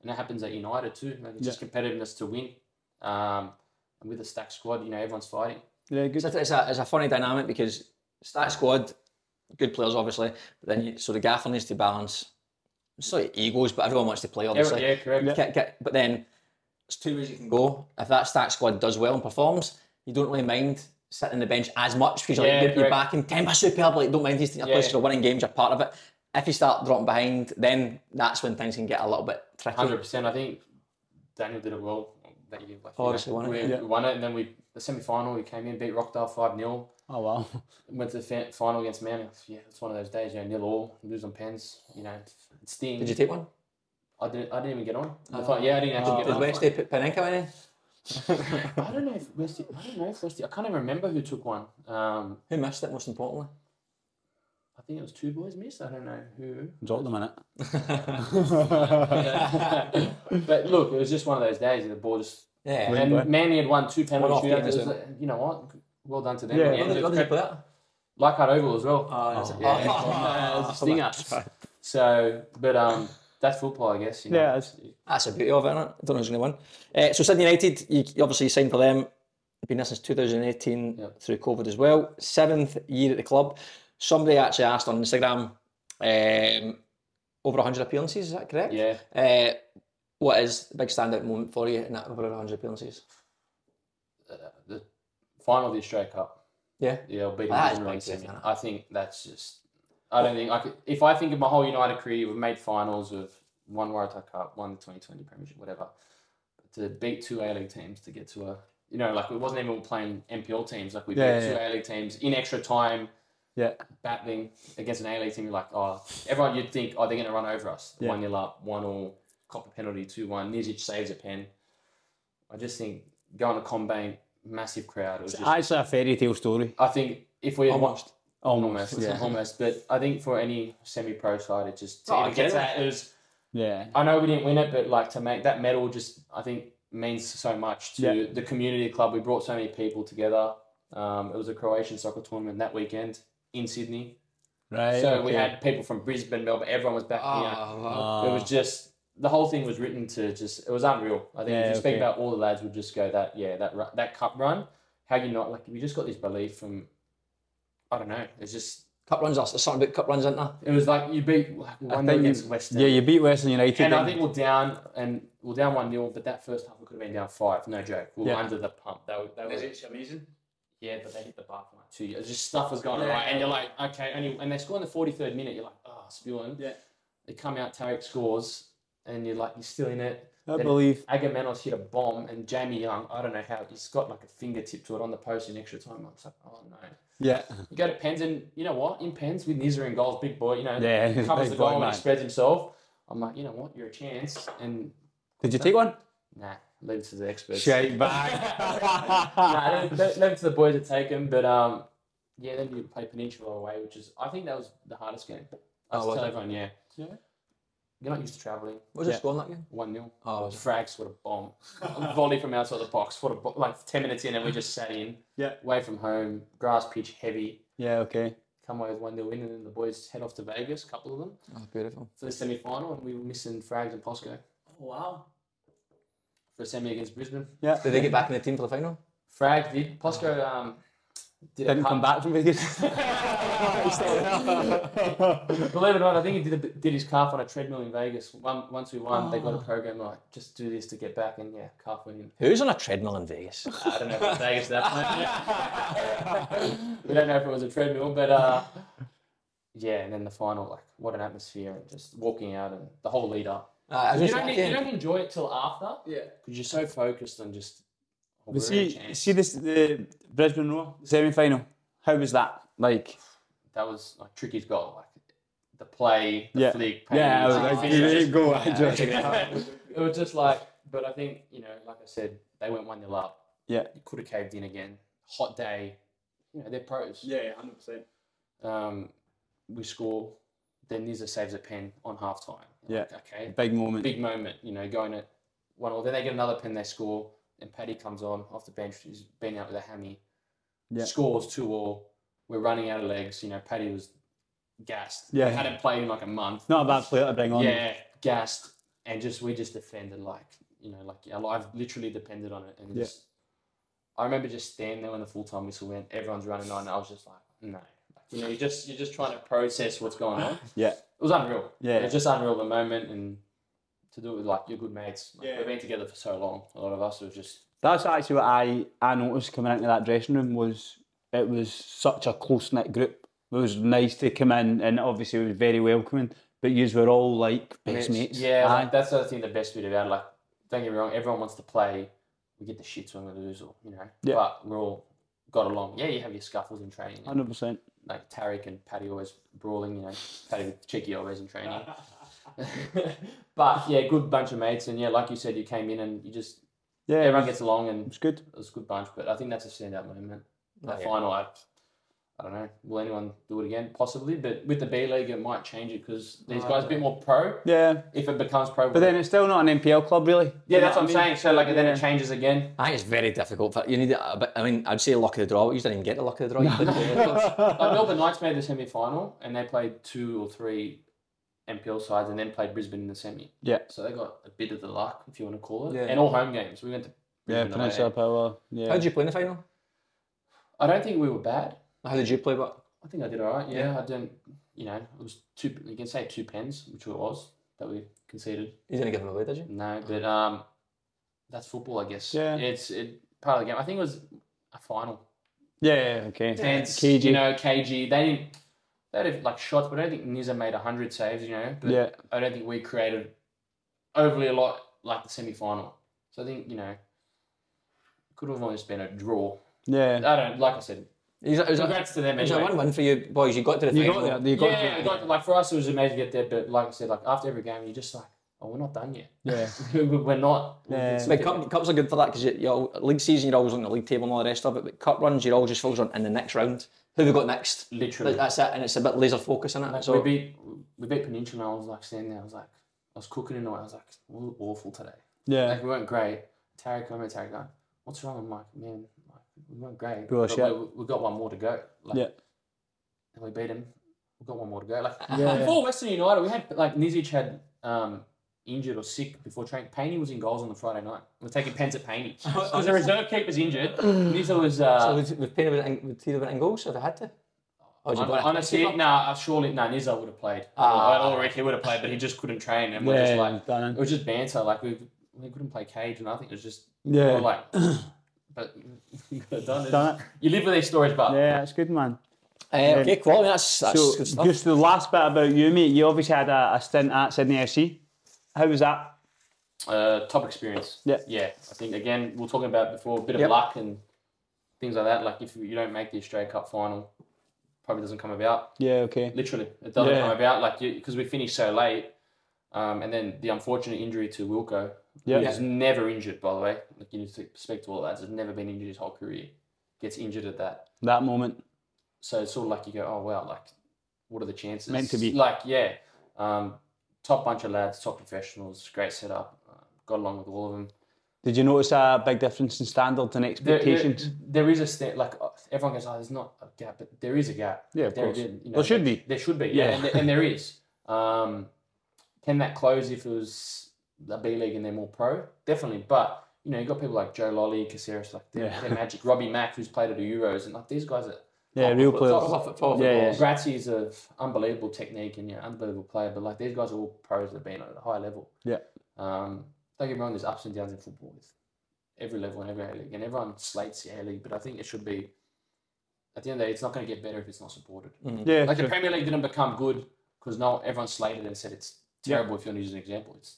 and that happens at United too. Like it's just competitiveness to win. Um, and with a stacked squad, you know everyone's fighting. Yeah, good. It's a, it's a, it's a funny dynamic because stat squad, good players obviously, but then you, so the gaffer needs to balance. So egos, but everyone wants to play Yeah, obviously. yeah, correct. Ca- ca- but then there's two ways you can go. If that stat squad does well and performs, you don't really mind sitting on the bench as much because you're, Yeah, like, you're- you're correct. backing Kemba superb. Like don't mind these things. Yeah. Yeah. You're winning games. You're part of it. If you start dropping behind, then that's when things can get a little bit tricky. Hundred percent. I think Daniel did it well that year. Like, Obviously you know, won it, we, yeah. we won it, and then we the semi final. We came in, beat Rockdale five 0 [laughs] Oh, wow. [laughs] Went to the fin- final against Man. Yeah, it's one of those days. You know, nil all, lose on pens. You know, it stings. Did you take one? I didn't. I didn't even get on. I thought, yeah, I didn't actually Did get Westy put Penenka in? on. I don't know if Westy. I don't know if Westy. I can't even remember who took one. Um, Who missed it most importantly? I think it was two boys missed. I don't know who. Drop them in it. but look, it was just one of those days. The ball just Yeah. and Manly had won two penalty One-off shootouts. game as It was well. like, You know what? Well done to them. Yeah. In the end, Where it did- was where did you crap- play that? Leichhardt Oval as well. Oh, is it? yeah. [laughs] Yeah, it's a uh, stinger. So, but um, that's football, I guess. You know. Yeah, it's- That's the Ah, beauty of it, isn't it? I don't know who's going to win. Uh, so Sydney United, you, you obviously signed for them. Been there since 2018 Yep. through COVID as well. Seventh year at the club. Somebody actually asked on Instagram, um, over 100 appearances. Is that correct? Yeah. Uh, what is the big standout moment for you in that over 100 appearances? the final of the Australia Cup. Yeah. Yeah, I'll beat That is him in big semi. stuff, isn't it? I think that's just. I don't think I could. If I think of my whole United career, we've made finals of one Waratah Cup, one 2020 Premiership, whatever. to beat two A League teams to get to a, you know, like we wasn't even playing NPL teams. Like we Yeah, beat yeah, two A League teams in extra time. Yeah. Battling against an A League team, you're like, oh, everyone, you'd think, oh, they're going to run over us. Yeah. One nil up, one all, copper penalty, two one. Nizic saves a pen. I just think going to Combank, massive crowd. It was just, I, Actually, a fairy tale story. think if we Almost. Almost. almost, [laughs] Yeah. almost, but I think for any semi-pro side, it just to Oh, I even get get to it. that, it was. Yeah. I know we didn't win it, but like to make that medal just, I think means so much to Yeah. the community club. We brought so many people together. Um, it was a Croatian soccer tournament that weekend in Sydney, Right. so we okay. had people from Brisbane, Melbourne. Everyone was back Oh, here. wow. Ah. It was just the whole thing was written to just it was unreal. I think if Yeah, you speak okay. about all the lads would just go that yeah that ru- that cup run. How you not like we just got this belief from I don't know. It's just Cup runs, there's something about cup runs, isn't there? it was like you beat like, one nil think you- against Western. Yeah, you beat Western United. And I didn't think you? we're down and we're down one 0 but that first half we could have been down five, no joke. We were Yeah. under the pump. They were, they were, amazing? yeah, but they hit the bar for like two years. Just stuff was going Yeah. right, and you're like, okay, and, you, and they score in the forty third minute. You're like, oh, spewing. Yeah. They come out, Tarek scores, and you're like, you're still in it. I believe. Agamenos hit a bomb, and Jamie Young, I don't know how, he's got like a fingertip to it on the post in extra time. I'm just like, oh no. Yeah. You go to Pens, and you know what? In Pens, with Nizza in goals, big boy, you know, [laughs] Yeah, he's a [laughs] covers big the boy, goal and man. he spreads himself. I'm like, you know what? You're a chance. And Did you take one? nah, leave it to the experts. Shite Nah, back. leave- leave leave it to the boys that take him. But um, yeah, then you play Peninsula away, which is, I think that was the hardest game. I Oh, was was tell it? everyone, yeah. Yeah. You're not used to travelling. What was the Yeah. score in that game? 1 0. Oh, was it? Frags, what a bomb. A volley from outside the box, what a bo- Like 10 minutes in, and we just sat in. Yeah. Away from home, grass pitch heavy. yeah, okay. Come away with 1 0 win, and then the boys head off to Vegas, a couple of them, Oh, beautiful. for the semi final, and we were missing Frags and Posco Wow. for a semi against Brisbane. Yeah. Did they get back in the team for the final? Frag did. Posco um, did Didn't a cut. come back [laughs] from Vegas. Believe it or not, I think he did, a, did his calf on a treadmill in Vegas. One, once we won, they got a program like, just do this to get back, and yeah, calf went in. Who's on a treadmill in Vegas? [laughs] I don't know if it was Vegas at that point. we don't know if it was a treadmill, but uh, yeah, and then the final, like, what an atmosphere, and just walking out and the whole lead up. Uh, I was You just don't, thinking- you don't enjoy it till after Yeah. because you're so focused on just. oh, But we're in a see, chance. see this the Brisbane Roar semi final. How was that? Like, that was like Tricky's goal, like the play, the Yeah. flick, yeah, I was pace, like, finish, there just- you go. it was just like, but I think you know, like I said, they went one nil up. Yeah. you could have caved in again. Hot day, you know, they're pros. Yeah, hundred percent. Um, we score, then Nizza saves a pen on half time. Yeah. okay. Big moment. Big moment, you know, going at one all. Then they get another pen, they score, and Paddy comes on off the bench. He's been out with a hammy. Yeah. Scores two all. We're running out of legs. You know, Paddy was gassed. Yeah. Hadn't played in like a month. Not a bad player to bring on. Yeah, gassed, and just we just defended like you know like our life literally depended on it, and Yeah. just I remember just standing there when the full time whistle went, everyone's running on, and I was just like, no, Like, you know, you just you're just trying to process what's going on. Yeah. It was unreal. Yeah. it was just unreal the moment, and to do it with like your good mates. Like, Yeah. we've been together for so long. A lot of us it was just That's actually what I, I noticed coming into that dressing room was it was such a close knit group. It was nice to come in and obviously it was very welcoming, but yous were all like best mates. Yeah, Aye. like, that's the other thing. The best bit about it, like, don't get me wrong, everyone wants to play. We get the shits when we lose, or you know, Yeah. but we're all got along. Yeah, you have your scuffles in training, and, hundred percent. like Tarek and Paddy always brawling. You know, Paddy with cheeky elbows in training. [laughs] but yeah, good bunch of mates, and yeah, like you said, you came in and you just Yeah, everyone gets along, and it's good. it was a good bunch. But I think that's a standout moment. That final, I, I don't know. Will anyone do it again? Possibly, but with the B League, it might change it because these guys a bit more pro. Yeah, If it becomes pro, but then it's still not an NPL club really. yeah, that's what I'm saying. So like, then it [laughs] changes again. I think it's very difficult. For, you need a bit, I mean, I'd say luck of the draw. but You didn't even get the luck of the draw. You didn't. [laughs] [laughs] Like Melbourne Knights made the semi final, and they played two or three NPL sides, and then played Brisbane in the semi. Yeah. So they got a bit of the luck, if you want to call it, Yeah. and all home games. We went to. Yeah, Brisbane Peninsula away. Power. How Yeah, did you play in the final? I don't think we were bad. How did you play? But I think I did all right. Yeah, I didn't. You know, it was two. You can say two pens, which it was that we conceded. you didn't give them away, did you? No, but um, that's football, I guess. Yeah. It's it part of the game. I think it was a final. yeah, okay. Tense, KG. you know, KG. They didn't. They had like shots, but I don't think Nizza made hundred saves. You know, but Yeah. I don't think we created overly a lot like the semi final. So I think you know, could have almost been a draw. Yeah, I don't like I said. It was, a- it was a- Congrats to them it was a anyway. win-win for you boys. You got to the you final. got there. You got Yeah, there. like, like for us, it was amazing to get there. But like I said, like after every game, you're just like, oh, we're not done yet. [laughs] Yeah. we're not. Yeah. But cup, cups are good for that because you, you all, league season you're always on the league table and all the rest of it. But cup runs you're always just focused on in the next round. Who we got next? Literally. Like, That's it, and it's a bit laser focus in it. Like, so we beat we beat Peninsula. And I was like standing there. I was like, I was cooking in a way. I was like, we look awful today. yeah. Like we weren't great. Tarek, I remember Tarek going, "What's wrong?" I'm like, "Man, like, we weren't great. Pure but shit. we, we got one more to go. Like, Yeah. And we beat him. We got one more to go. Like Yeah. before Western United, we had like Nizic had um, injured or sick before training. Paney was in goals on the Friday night. We're taking pens at Paney because the reserve [sighs] keeper's injured. Nizza was. Uh, so would, would Payne have been in- would Payne have been in goals if they had to? Or would you Hon- got- Honestly, no, nah, uh, surely, no, nah, Nizza would have played. Ah. I or he would have played, but he just couldn't train. And we're Yeah, just like, done. it was just banter. Like, we, we couldn't play cage, and I think it was just, we Yeah. [clears throat] were like, but [laughs] you could have done it. Done it. You live with these stories, but Yeah, it's good, man. Uh, okay, cool. I mean, that's that's So, good stuff. just the last bit about you, mate. You obviously had a, a stint at Sydney FC. How was that? uh, top experience. Yeah. Yeah. I think, again, we are talking about before, a bit of Yep. luck and things like that. Like, if you don't make the Australia Cup final, probably doesn't come about. Yeah, okay. Literally, it doesn't Yeah. come about like because we finished so late, um, and then the unfortunate injury to Wilco, Yeah. who's never injured by the way. Like you need to speak to all that. He's never been injured his whole career. Gets injured at that, That moment. so it's sort of like you go, oh wow, like what are the chances? Meant to be. Like yeah, um, top bunch of lads, top professionals, great setup. Uh, got along with all of them. Did you notice a big difference in standards and There- there- expectations? there is a sta- like uh, everyone goes, oh, there's not a gap, but there is a gap. Yeah, of there, course. there- you know, There should be. There should be. Yeah. Yeah, and, there, and there is. Um, can that close if it was the B League and they're more pro? Definitely, but you know you have got people like Joe Lolly, Caceres, like they're, Yeah. they're magic. Robbie Mack, who's played at the Euros, and like these guys are. yeah, real Proper players. football, football. Yeah, yeah. Grazzi's of unbelievable technique and you know, unbelievable player, but like these guys are all pros that have been at a high level. Yeah. Um, don't get me wrong, there's ups and downs in football with every level and every A league, and everyone slates the A league, but I think it should be at the end of the day, it's not going to get better if it's not supported. Yeah, Like the true. Premier League didn't become good because no everyone slated it and said it's terrible. If you want to use an example, it's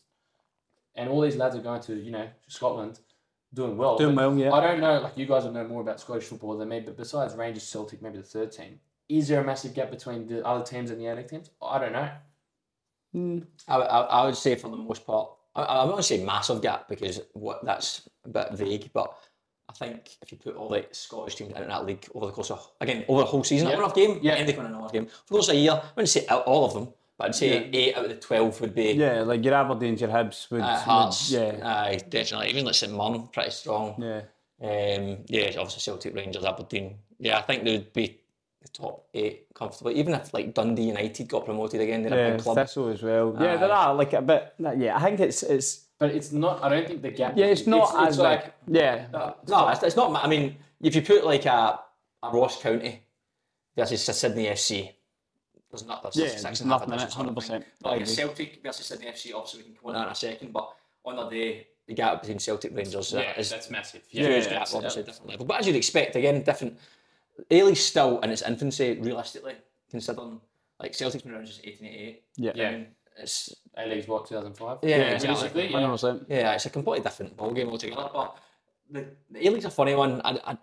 and all these lads are going to you know Scotland doing well. Doing but well, yeah. I don't know. Like you guys will know more about Scottish football than me, but besides Rangers, Celtic, maybe the third team, is there a massive gap between the other teams and the A League teams? I don't know. I, I, I would say for the most part, I, I wouldn't say massive gap because what that's a bit vague, but I think if you put all the Scottish teams out in that league over the course of again over a whole season, yeah. enough game, Yeah. yeah, they win another game. Of course, a year. I wouldn't say out all of them, but I'd say eight out of the twelve would be Yeah, like your Aberdeen, your Hibs would, uh, Hearts. would yeah, aye, definitely. Even like St Mirren, pretty strong. yeah. Um, yeah, obviously Celtic, Rangers, Aberdeen. Yeah, I think they would be the top eight comfortably. Even if like Dundee United got promoted again, they're a Yeah, big club. Thistle as well. Yeah, there are like a bit. Yeah, I think it's it's But it's not. I don't think the gap. yeah, it's not as like, like yeah, No, it's, it's not. ma- I mean, if you put like a, a Ross County versus a Sydney FC, there's not there's yeah, six there's and a half nothing in it, editions, hundred percent. But like Celtic versus Sydney FC, obviously we can come on that in a second. But on the day, the gap between Celtic Rangers uh, yeah, is that's massive. huge yeah, uh, gap, that's- obviously different level. But as you'd expect, again, different. A League's still in its infancy, realistically, considering like Celtic's been around since 1888. Yeah, Yeah. And It's A League's what 2005. yeah, exactly. Basically, hundred percent. Yeah, it's a completely different ballgame altogether. But the, the A League's a funny one. I, I,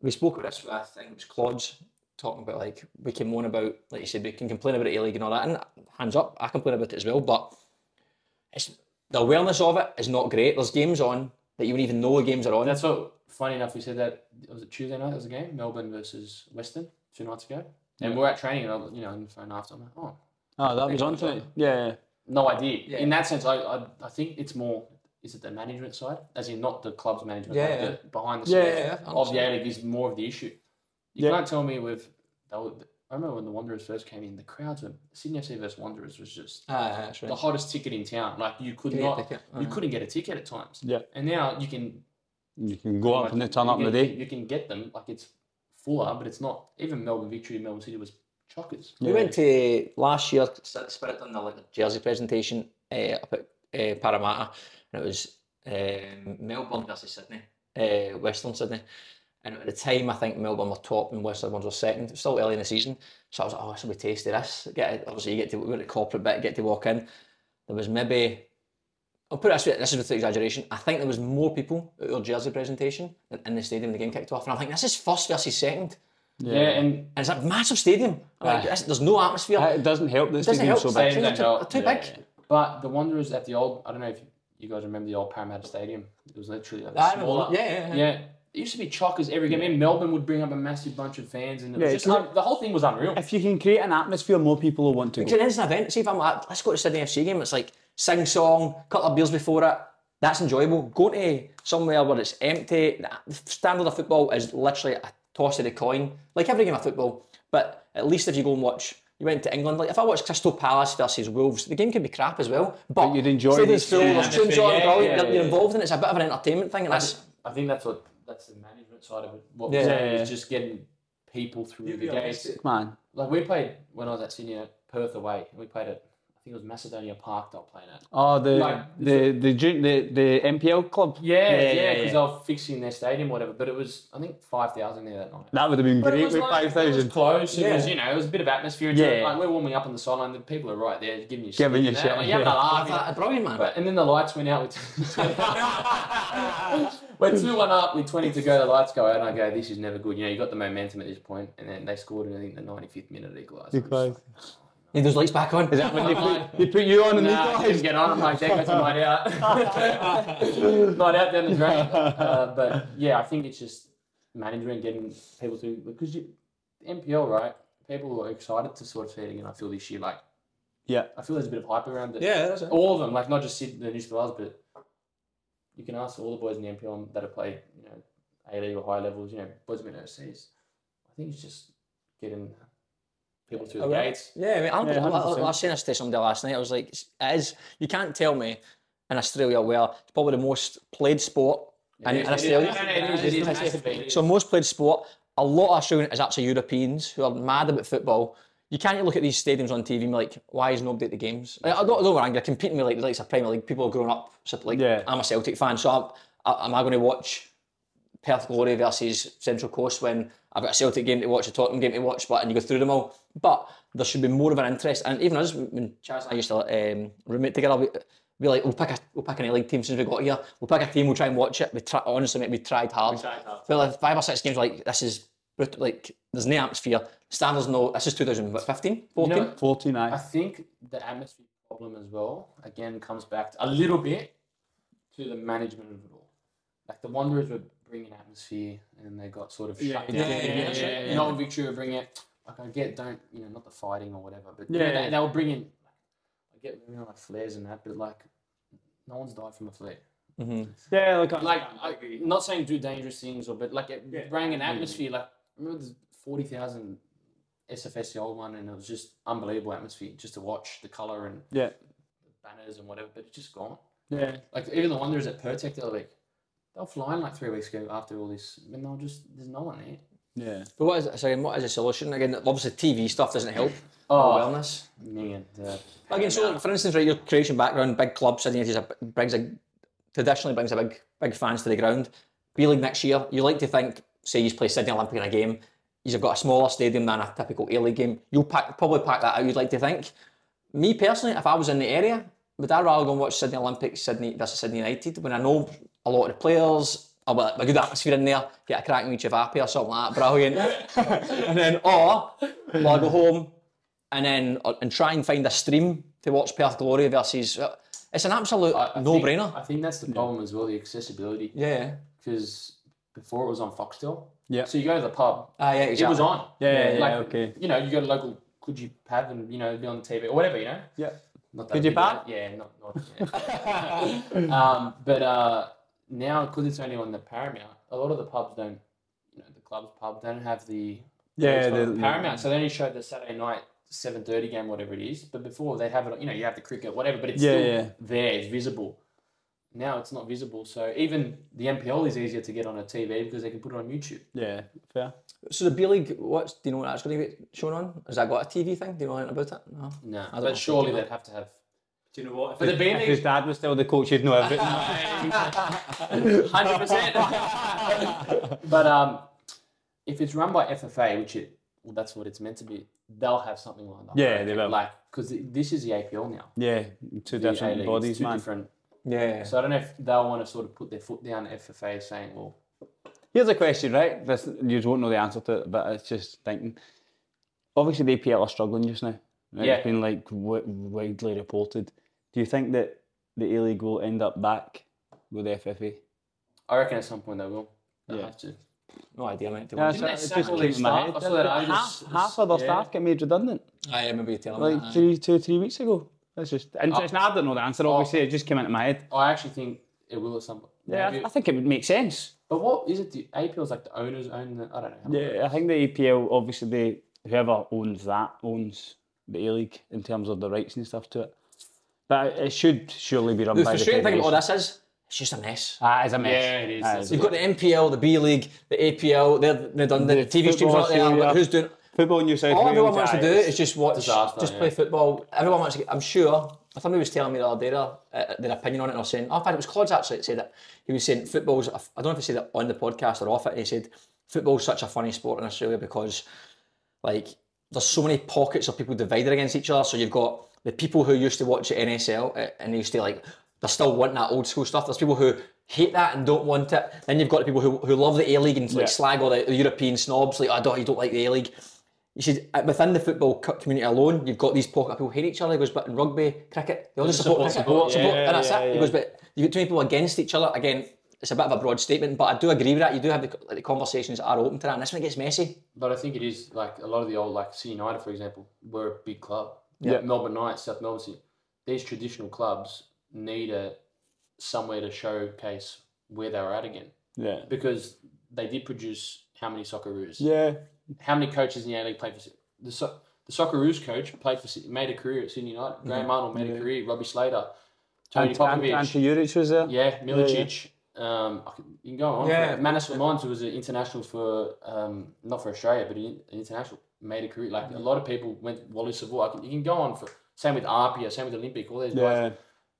we spoke about this, with, I think it was Clods talking about like we can moan about, like you said, we can complain about A League and all that. And hands up, I complain about it as well. But it's the awareness of it is not great. There's games on that you wouldn't even know the games are on. That's what. Funny enough, we said that was it Tuesday night. There was a game, Melbourne versus Western, two nights ago, and we we're at training, and I, you know, and phone after, I'm like, oh, Oh, that was on tonight. Yeah, no idea. Yeah. In that sense, I, I, I think it's more. Is it the management side, as in not the club's management, Yeah, like yeah. the behind the Yeah, scenes yeah, yeah, I of the A League is more of the issue. You Yeah. can't tell me with. They were, I remember when the Wanderers first came in, the crowds were Sydney FC versus Wanderers was just Ah, that's right. the hottest ticket in town. Like you could Couldn't get a not, ticket, you uh-huh. couldn't get a ticket at times. Yeah. And now you can you can go up and they like, turn you up in the can- day. You can get them like it's fuller, but it's not. Even Melbourne Victory, Melbourne City was chockers. We went to last year S- Spirit done the like jersey presentation uh, up at uh, Parramatta, and it was um, Melbourne versus Sydney, uh, Western Sydney. And at the time, I think Melbourne were top and Western ones were second. It was still early in the season, so I was like, "Oh, this will be tasty." This get obviously you get to we went to corporate bit, get to walk in. There was maybe I'll put it this way, this is with exaggeration. I think there was more people at our jersey presentation than in the stadium when the game kicked off, and I'm like, "This is first versus second. Yeah, and And it's a massive stadium. Like, this- there's no atmosphere. It doesn't help this Doesn't stadium help so say- big. stadiums too- don't go- too yeah, big. yeah. But the Wanderers at the old, I don't know if you guys remember the old Parramatta Stadium. It was literally like I remember smaller. that. Yeah, yeah, yeah. It used to be chockers every game. And Melbourne would bring up a massive bunch of fans, and it was Yeah, just it's un- the whole thing was unreal. If you can create an atmosphere, more people will want to go. Because it is an event. See if I'm like, let's go to Sydney FC game. It's like sing song, couple of beers before it. That's enjoyable. Go to somewhere where it's empty. The standard of football is literally a toss of the coin, like every game of football. But at least if you go and watch, you went to England. Like if I watched Crystal Palace versus Wolves, the game could be crap as well. But, you'd enjoy stadium's it. full, Yeah, there's tunes atmosphere, on, yeah, brilliant, yeah, you're- yeah, you're yeah. involved in it. It's a bit of an entertainment thing, and that's I think that's what that's the management side of it. What Yeah. yeah, yeah, Yeah. is just getting people through the gates. Man, Like we played when I was at Sydney at Perth away, and we played at I think it was Macedonia Park. They were playing at. oh the Like, the, the ju- the the NPL club. Yeah, yeah, because yeah. they were fixing their stadium, whatever. But it was I think five thousand there that night. That would have been But it great was with like- five It was [laughs] thousand. close. It Yeah. was, you know, it was a bit of atmosphere. Yeah. Yeah. Like, we're warming up on the sideline. The people are right there giving you Giving you shit. shit, Like, you having yeah. a laugh. a brilliant man. But, and then the lights went out. With [laughs] we're two one up with twenty to go. The lights go out, and I go, "This is never good." You know, you got the momentum at this point, and then they scored in I think the ninety fifth minute equalised. I'm just like, Need those lights back on. [laughs] They put, they put you on and Nah, I these couldn't guys. get on. I'm like, there goes my night out. night out [laughs] down the drain. Uh, but yeah, I think it's just management getting people to because you NPL right. People are excited to sort of see it again. I feel this year, like Yeah. I feel there's a bit of hype around it. yeah, that's it. all of them, like not just Sid, the New Stars, but you can ask all the boys in the NPL that have played, you know, A League or higher levels. You know, boys have been overseas. I think it's just getting people through the Oh, yeah. gates. Yeah, I mean, I'm, Yeah, I, I, 100%. I was saying this to somebody last night. I was like, it's- it is. You can't tell me in Australia where it's probably the most played sport in, in It is- it Australia. is- no, no, it is- it is massive, it is. So most played sport, a lot of Australian is actually Europeans who are mad about football. You can't look at these stadiums on TV and be like, why is nobody at the games? I, I don't, I don't angry. Competing with like the likes of Premier League, people are growing up. So like, Yeah. I'm a Celtic fan, so I'm, I, am I going to watch Perth Glory versus Central Coast when I've got a Celtic game to watch, a Tottenham game to watch, but and you go through them all. But there should be more of an interest. And even us, when Chaz and I used to um, roommate together, we, we like we'll pick a we'll pick an A League team since we got here. We'll pick a team, we'll try and watch it. We try, honestly, mate, we tried hard. We tried hard. like five or six games, like this is brut- like there's no atmosphere. Standards no. This is 2015, 14. You know, Forty I nine. think the atmosphere problem as well again comes back to, a little bit to the management of it all. Like the Wanderers were bring an atmosphere, and they got sort of Yeah, shut yeah, down. yeah, yeah, yeah, yeah, yeah. Not Victoria bring it. Like I get, don't you know, not the fighting or whatever, but yeah, Yeah, they, yeah. they'll bring in. I get you know, like flares and that, but like, no one's died from a flare. Yeah, like, I- Like, I, not saying do dangerous things or, but like it bring an atmosphere. Like, remember the forty thousand SFS the old one, and it was just unbelievable atmosphere just to watch the color and yeah, banners and whatever, but it's just gone. yeah. Like even the Wanderers at Pertec the other week, they were flying like three weeks ago after all this, and they'll just there's no one there. Yeah. But what is sorry, what is the solution again? Obviously, TV stuff doesn't [laughs] help. Oh. wellness. Man, the, Again, so like, for instance, right, your creation background, big club, Sydney United is a- brings a traditionally brings a big big fans to the ground. B League next year, you like to think, say, you play Sydney Olympic in a game, you've got a smaller stadium than a typical A League game. You'll pack, probably pack that out. You'd like to think. Me personally, if I was in the area, would I rather go and watch Sydney Olympic, Sydney versus Sydney United when I know a lot of the players, I've got a good atmosphere in there, get a crack in with Javapi or something like that, brilliant. [laughs] and then, or will I go home, and then or, and try and find a stream to watch Perth Glory versus. uh, it's an absolute I think- no-brainer. I think that's the problem as well, the accessibility, yeah. because before it was on Foxtel. Yeah. So you go to the pub, Ah, yeah, exactly. it was on. Yeah, yeah, okay. You know, you go to local could you pub and you know be on TV or whatever, you know. Yeah. Not that Could it'd you be that- Yeah, not not. Yeah. [laughs] um, but uh, now because it's only on the Paramount, a lot of the pubs don't, you know, the clubs pub don't have the Yeah, it's on the- Paramount. So they only showed the Saturday night seven thirty game, whatever it is. But before they have it, you know, you have the cricket, whatever. But it's Yeah, still yeah. there. It's visible. Now it's not visible. So even the NPL is easier to get on a TV because they can put it on YouTube. Yeah, fair. So the B League, what's do you know what that's going to be shown on? Has that got a TV thing? Do you know anything about it? No. No, don't know. but surely they'd have to have. Do you know what? But the B If his League, dad was still the coach, he'd know everything. [laughs] [laughs] [laughs] hundred percent. But um, if it's run by FFA, which it well, that's what it's meant to be, they'll have something lined up. Yeah, I reckon. they will. Like because this is the APL now. yeah, two The different A-League, bodies, it's two man. Different. Yeah. So I don't know if they'll want to sort of put their foot down. FFA saying, well, Here's a question, right? This you won't know the answer to it, but it's just thinking. Obviously, the APL are struggling just now. Right? Yeah. It's been like w- widely reported. Do you think that the A League will end up back with the FFA? I reckon at some point they will. They'll Yeah. have to. No idea, mate. to be Yeah, honest. Didn't so they it sack came all their in my staff? head, I saw didn't that it? I half, just- half of their yeah. staff get made redundant Aye, I remember you telling me. like that, aye. three, two, three weeks ago. That's just interesting. I don't know the answer. Obviously, it just came into my head. I actually think it will at some point. Yeah, Maybe- I, I think it would make sense. But what is it? The APL is like the owners own the. I don't know. Yeah, I think the EPL obviously they whoever owns that owns the A League in terms of the rights and stuff to it. But it should surely be run The by the frustrating thing about all federation. this is it's just a mess. Ah, it's a mess. Yeah, it is. Ah, That's it's- You've got the NPL, the B League, the APL. They're they're done. The, The TV streams football out there. But series, yeah. who's doing? Football in New South All Wales. everyone wants to aye, do it's- is just watch, Disaster, just yeah. play football. Everyone wants to. get- I'm sure. Somebody was telling me the other day their, uh, their opinion on it, and I was saying, oh, in fact, it was Clods actually that said it. He was saying football's. a f- I don't know if he said it on the podcast or off it. He said football's such a funny sport in Australia because, like, there's so many pockets of people divided against each other. So you've got the people who used to watch the NSL uh, and they used to like they're still wanting that old school stuff. There's people who hate that and don't want it. Then you've got the people who, who love the A League and like Yeah. slag all the, the European snobs like "Oh, I don't you don't like the A League. You see, uh, within the football co- community alone, you've got these pocket people who hate each other. He goes, but in rugby, cricket, they all just support, cricket, support, support, yeah, and that's yeah, it. He yeah. goes, but you get too many people against each other. Again, it's a bit of a broad statement, but I do agree with that. You do have the, co- like, the conversations that are open to that, and that's when it gets messy. But I think it is like a lot of the old, like City United, for example, were a big club. Yeah. Melbourne Knights, South Melbourne. City. These traditional clubs need a somewhere to showcase where they were at again Yeah. because they did produce how many Socceroos? Yeah. How many coaches in the A League played for City? The, so- the Socceroos coach played for City, made a career at Sydney United. Graham Arnold made a career. Robbie Slater, Tony Mm-hmm. And, and, Popovich. and Juric was there. Yeah, Milicic. Um, I can, you can go on. Yeah. Yeah, Manus Lamont was an international for um, not for Australia, but an an international made a career. Like a lot of people went Wally Savoy. I can, you can go on for same with Arpia, same with Olympic. All those guys. Yeah.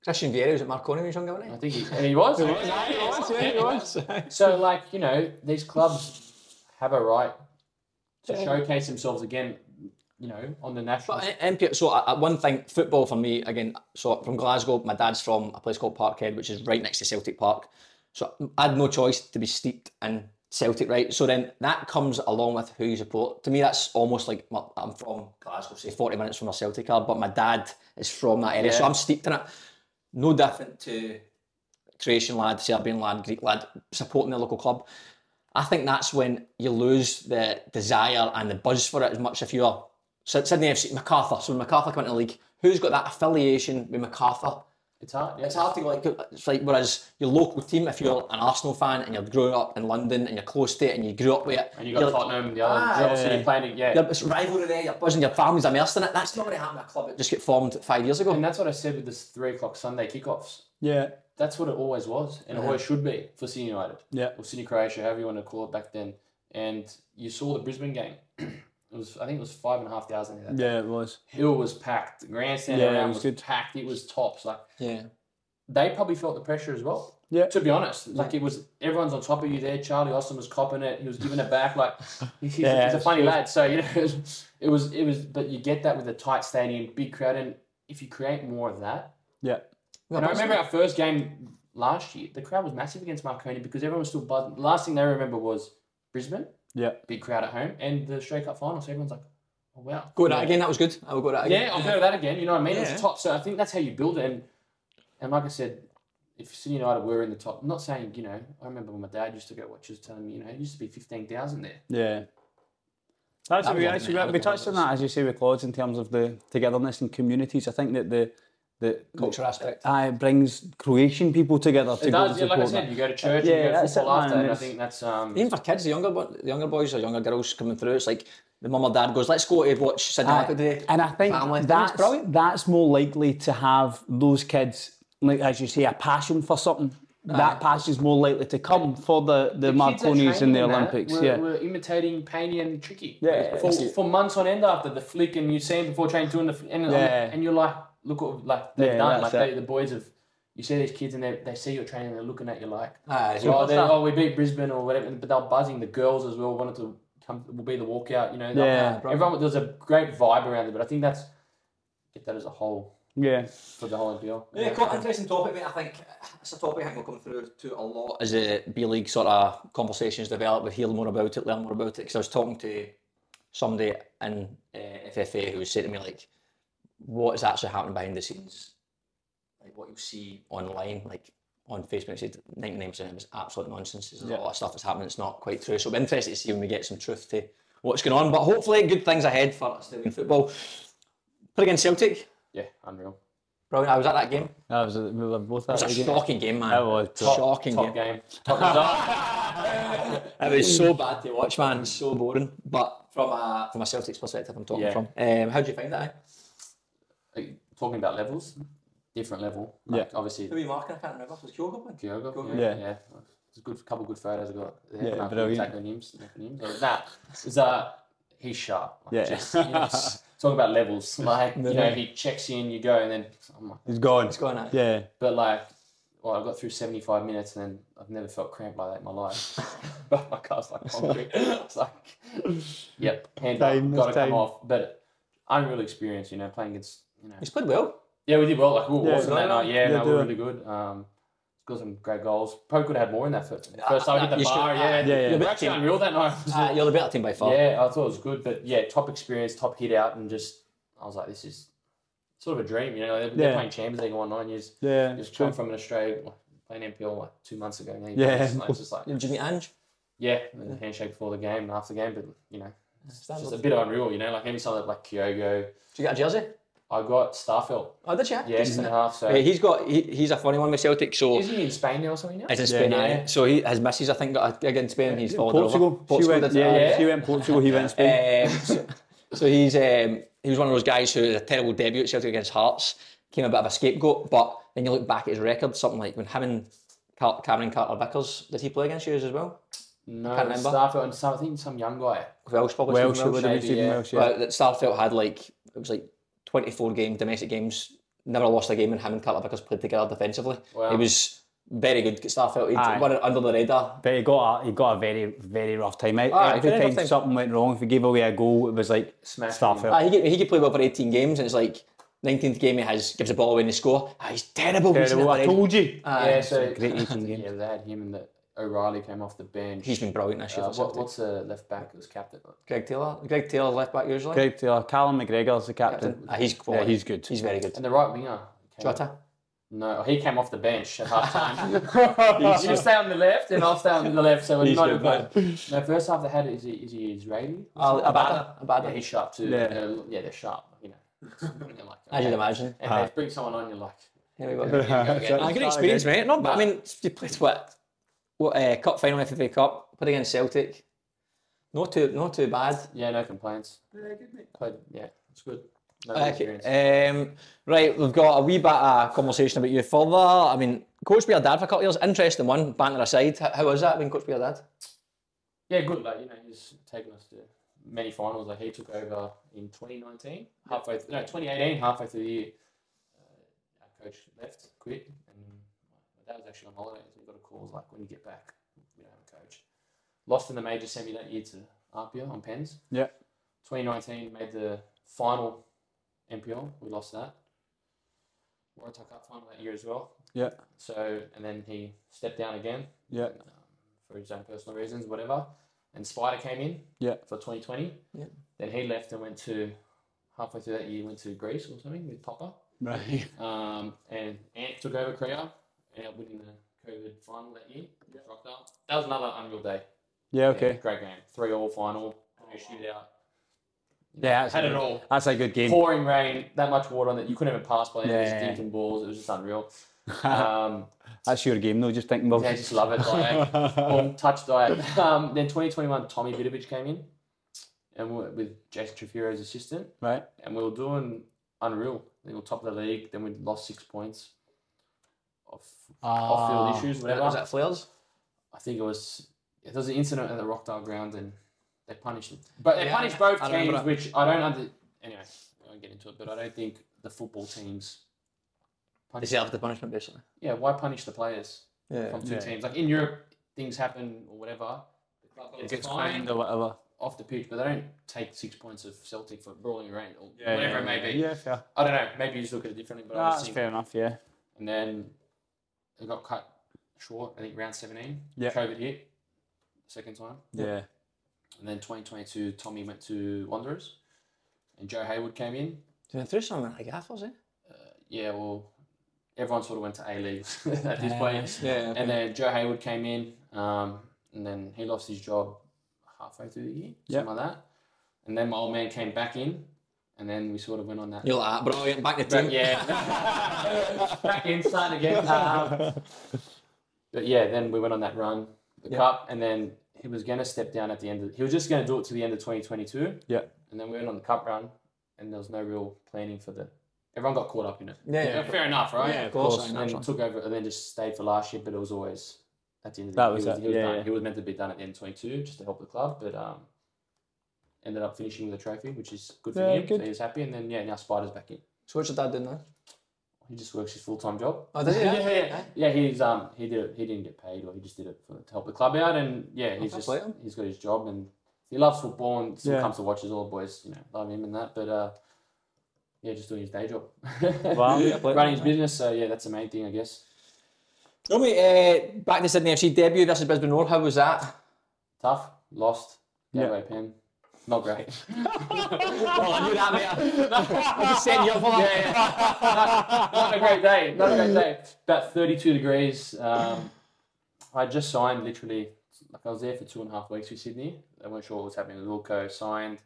Christian Vieira was at Marconi when he was younger, I wasn't think he, and he was. he? So like you know these clubs have a right to showcase themselves again. You know on the national. But I- NPL, so I, I- one thing, football for me, again, so from Glasgow, my dad's from a place called Parkhead, which is right next to Celtic Park. So I had no choice to be steeped in Celtic, right? So then that comes along with who you support. To me, that's almost like my, I'm from Glasgow, say 40 minutes from a Celtic club, but my dad is from that area, so Yeah. I'm steeped in it. No different to Croatian lad, Serbian lad, Greek lad supporting their local club. I think that's when you lose the desire and the buzz for it as much if you're so Sydney FC, MacArthur. So when MacArthur come into the league, who's got that affiliation with MacArthur? It's hard. Yeah. It's hard to like. It's like whereas your local team, if you're an Arsenal fan and you're growing up in London and you're close to it and you grew up with it, And you got you're- Tottenham, the other, Ah, Chelsea, yeah. playing it. Yeah. you're- it's rivalry there. You're buzzing. Your family's immersed in it. That's not going to happen at a club that just get formed five years ago. And that's what I said with this three o'clock Sunday kickoffs. Yeah. That's what it always was, and it always should be for Sydney United. Yeah. Or Sydney Croatia, however you want to call it back then. And you saw the Brisbane game. [clears throat] It was, I think it was five and a half thousand. Yeah. Yeah, it was. Hill was packed. The grandstand Yeah, it around was was, good. packed. It was tops. Like Yeah. they probably felt the pressure as well. Yeah. To be honest, like it was everyone's on top of you there. Charlie Austin was copping it. He was giving it [laughs] back. Like [laughs] he's, he's Yeah, a it's funny true. lad. So you know, [laughs] it was, it was it was. But you get that with a tight stadium, big crowd, and if you create more of that. Yeah. And I remember our first game last year. The crowd was massive against Marconi because everyone was still buzzing. Last thing they remember was Brisbane, Yeah. big crowd at home, and the Stray Cup final. So everyone's like, "Oh wow, Go with that again. That was good. I will go with that again. yeah, I'll go to that again. You know what I mean? It Yeah. was top. So I think that's how you build it. And, and like I said, if Sydney United were in the top, I'm not saying, you know, I remember when my dad used to go watch, he was telling me, you know, it used to be 15,000 there. Yeah. That's That we, was actually, lovely. we touched on that as you say with Claude's in terms of the togetherness and communities. I think that the the Culture aspect. Ah, it brings Croatian people together to It go and does, yeah, like I support said, that. you go to church Yeah, and you go to that's it, football after. man, And I it's- think that's, um, Even for kids, the younger bo- the younger boys or younger girls coming through, it's like the mum or dad goes, "Let's go to watch Sydney Aye. United today." Uh, And I think Family. that's It's brilliant. that's more likely to have those kids, like as you say, a passion for something. That passion's more likely to come for the the, kids that Marconis in trained the that Olympics. Were, yeah, were imitating Paney and Tricky Yeah, for, yeah. for months on end after the flick, and you see him before training doing the flick, and, Yeah. and you're like, look what like they've Yeah, done, that's like they, it. the boys have. You see these kids and they, they see your training, they're looking at you like, Aye, it's oh, good they, stuff. oh, we beat Brisbane or whatever, but they're buzzing. The girls as well wanted to come, will be the walkout, you know. they'll- Yeah. everyone there's a great vibe around it, but I think that's get that as a whole yeah, for the whole NPL. Yeah, quite an interesting topic, mate. I think uh, it's a topic I think will come through to a lot as the B League sort of conversations develop. We hear more about it, learn more about it. Because I was talking to somebody in uh, FFA who was saying to me like, "What is actually happening behind the scenes? Like what you see online, like." On Facebook, it said 99% of it's absolute nonsense. There's a lot of stuff that's happening that's not quite true. So, it'll be interested to see when we get some truth to what's going on. But hopefully, good things ahead for Australian football. Put against Celtic, yeah, unreal. brilliant. I was at that game. that was we were both at It was [laughs] a shocking game, man. It was It's a shocking Top game. game, top [laughs] result. It was so bad to watch, man. So boring. But from a from a Celtics perspective, I'm talking Yeah. from. Um, how do you find that? talking about levels, different level. Like, Yeah. Obviously, Who were you marking? I can't remember. Was Kyogo playing? Kyogo. Yeah. Yeah. yeah. There's a good couple good photos I got. Yeah, Yeah, yeah brilliant. brilliant. Names, names. Like, nah, it's, uh, he's sharp. Like, Yeah. Just, [laughs] you know, just talk about levels. [laughs] Like, you know, he checks in, you go, and then I'm like, He's gone. What's going on? Yeah, but like, well, I got through 75 minutes and then I've never felt cramped like that in my life. [laughs] but my car's like concrete. it's like, yep, hand Time up, is got to time. come off. But unreal experience, you know, playing against, you know, He's played well. yeah, we did well. Like we were Yeah, awesome no, that no. night. Yeah, Yeah, no, do we were it. really good. Um, scored some great goals. Probably could have had more in that first. First time uh, at the you should- bar. uh, yeah, yeah, yeah. We were actually unreal that night. [laughs] [laughs] Uh, you're the better team by far. yeah, I thought it was good, but yeah, top experience, top hit out, and just I was like, this is sort of a dream. You know, they're, they're Yeah. playing Champions League and nine years. yeah, Just come from an Australia like, playing NPL like two months ago. Now Yeah. it's like, [laughs] it's just like Did you meet Ange? yeah, and the handshake before the game and after the game, but you know, it's Standard. just a bit unreal. You know, like any something like Kyogo, Did you get a jersey? I got Starfelt. Oh, did you? Yeah, six and a half. So Yeah, he's got he, he's a funny one with Celtic. So is he in Spain now or something now? he's in Spain. Yeah. aye. So he, his missus, I think, got a gig in Spain. He's followed her Portugal. over. uh, She Portugal went. did, Yeah, aye. she went Portugal. He went Spain. Um, so, so he's um, he was one of those guys who had a terrible debut at Celtic against Hearts, came a bit of a scapegoat. But then you look back at his record, something like when him and Car- Cameron Carter Vickers did he play against you as well? No, Can't remember. Starfield and some, I think some young guy. Welsh probably. Welsh, Stephen it would have been maybe, Stephen yeah. Welsh. Yeah. Well, uh, that Starfelt had like it was like twenty four game domestic games, never lost a game, and him and Carter Vickers played together defensively. Wow. He was very good. Starfelt, he Aye. won it under the radar. But he got a he got a very very rough time. Every Aye, very rough time time. something went wrong, if he gave away a goal, it was like Smashing. stuff. Ah, he could, he could play well for eighteen games, and it's like. 19th game he has gives the ball away and they score. Ah, he's terrible. He's Terrible. I never- told you. Aye. yeah, so [laughs] great Asian game. yeah, they had him and the O'Reilly came off the bench. He's been brilliant this year. uh, for what, Celtic. what's the left back that was captain? Greg Taylor. Greg Taylor left back usually. Greg Taylor, Callum McGregor's the captain. [laughs] Ah, he's quality. Yeah, he's good. He's very good. uh, And the right winger. came- Jota. No, he came off [laughs] the bench at half time. you [laughs] stay on the left and I'll stay on the left, so it's not good, Oh, good. No, first half they had is he is he Israeli? Al- Abada. Abada. Abada. Yeah, he's sharp too. Yeah. Yeah, they're, yeah, they're sharp. You know, [laughs] And you're like, As you'd okay. imagine. And they bring someone on, you're like, Here we [laughs] go. Ah, good Sorry, experience, mate. Not bad. I mean, you played what? What uh, cup final, FFA Cup? Played against Celtic. Not too, not too bad. yeah, no complaints. Yeah, good mate. Played, yeah, it's good. No good experience. Okay. Um, right, we've got a wee bit of conversation about you further. I mean, coach be your dad for a couple of years. Interesting one. Banter aside, H- how was that being coach be your dad? Yeah, good. Like you know, he's taken us to many finals. Like he took over in 2019, halfway th- no 2018, halfway through the year. Uh, our coach left, quit, and my dad was actually on holidays. We got a call it was like, when you get back, we don't have a coach. Lost in the major semi that year to Apia on pens. Yeah. 2019 made the final NPL. We lost that. Waratah Cup final that year as well. Yeah. So and then he stepped down again Yeah. um, for his own personal reasons, whatever. And Spider came in Yeah. for 2020. Yeah. Then he left and went to halfway through that year went to Greece or something with Popper. Right. [laughs] Um, and Ant took over Creo and up winning the COVID final that year. Rocked up. That was another unreal day. Yeah. Okay. Yeah, great game. Three all final. No shootout. Yeah. That's Had it a, all. that's a good game. Pouring rain. That much water on that you couldn't even pass by. Yeah. Yeah. Uh-huh. Just dinking balls. It was just unreal. Um, [laughs] That's your game though. Just thinking. Well, Yeah, I just love it. [laughs] Like, um, [laughs] touch diet. Um, then 2021, Tommy Vidovic came in, and we were with Jason Trefiro as assistant, right. and we were doing unreal. We were top of the league. Then we lost six points off Ah, Ah, off-field issues, whatever. Was that flares? I think it was there was an incident at the Rockdale ground, and they punished it. But they Yeah, punished both I remember teams, that. which I don't under. Anyway, I won't get into it, but I don't think the football teams. Punish, Deserved the punishment, basically. yeah, why punish the players? Yeah. from two Yeah. teams. Like in Europe, things happen or whatever. The club gets fined or whatever. off the pitch, but they don't take six points of Celtic for brawling around or whatever it may be. Yeah. Fair. I don't know. Maybe you just look at it differently, but I was That's thinking. fair enough. Yeah. And then it got cut short. I think round seventeen. Yeah. COVID hit second time, Yeah. and then twenty twenty two. Tommy went to Wanderers, and Joe Haywood came in. They went through something like gaffers, eh? Yeah, well, everyone sort of went to A League [laughs] at this point. Yeah. And then Joe Hayward came in, um, and then he lost his job halfway through the year, something like that. And then my old man came back in, and then we sort of went on that. You're like, "Ah, brilliant, back to the team. But yeah, [laughs] back in, starting again. Um, but yeah, then we went on that run, the cup, and then he was going to step down at the end. Of, he was just going to do it to the end of 2022. [laughs] Yeah. And then we went on the cup run, and there was no real planning for the. Everyone got caught up in it. [laughs] Yeah, yeah. fair enough, right? of course. course. I know. and then took over and then just stayed for last year, but it was always at the end of the That year. was he, was, it, he, was yeah, done. yeah. he was meant to be done at the end of 22 just to help the club, but um, ended up finishing with a trophy, which is good for Yeah, him. good. So he was happy. And then, yeah, now Spider's back in. So what's your dad doing now? He just works his full [laughs] time job. Oh, does he? yeah, yeah, yeah. Yeah, he's um, he did it. He didn't get paid, or he just did it for, to help the club out. And yeah, he's Okay, just play him. he's got his job, and he loves football, and still Yeah. comes to watches. All the boys, you know, love him and that. But uh, yeah, just doing his day job, [laughs] Wow. Yeah, play- running his business. So yeah, that's the main thing, I guess. No, mate, eh, back to Sydney FC debut versus Brisbane Roar. How was that? Tough, lost, Yeah. gateway pen. Not great. Oh, I knew that, mate. I just set [laughs] you up for that. Not a great day. Not a great day. About 32 degrees. Um, I just signed literally, like I was there for two and a half weeks with Sydney. I weren't sure what was happening with Wilco. Signed.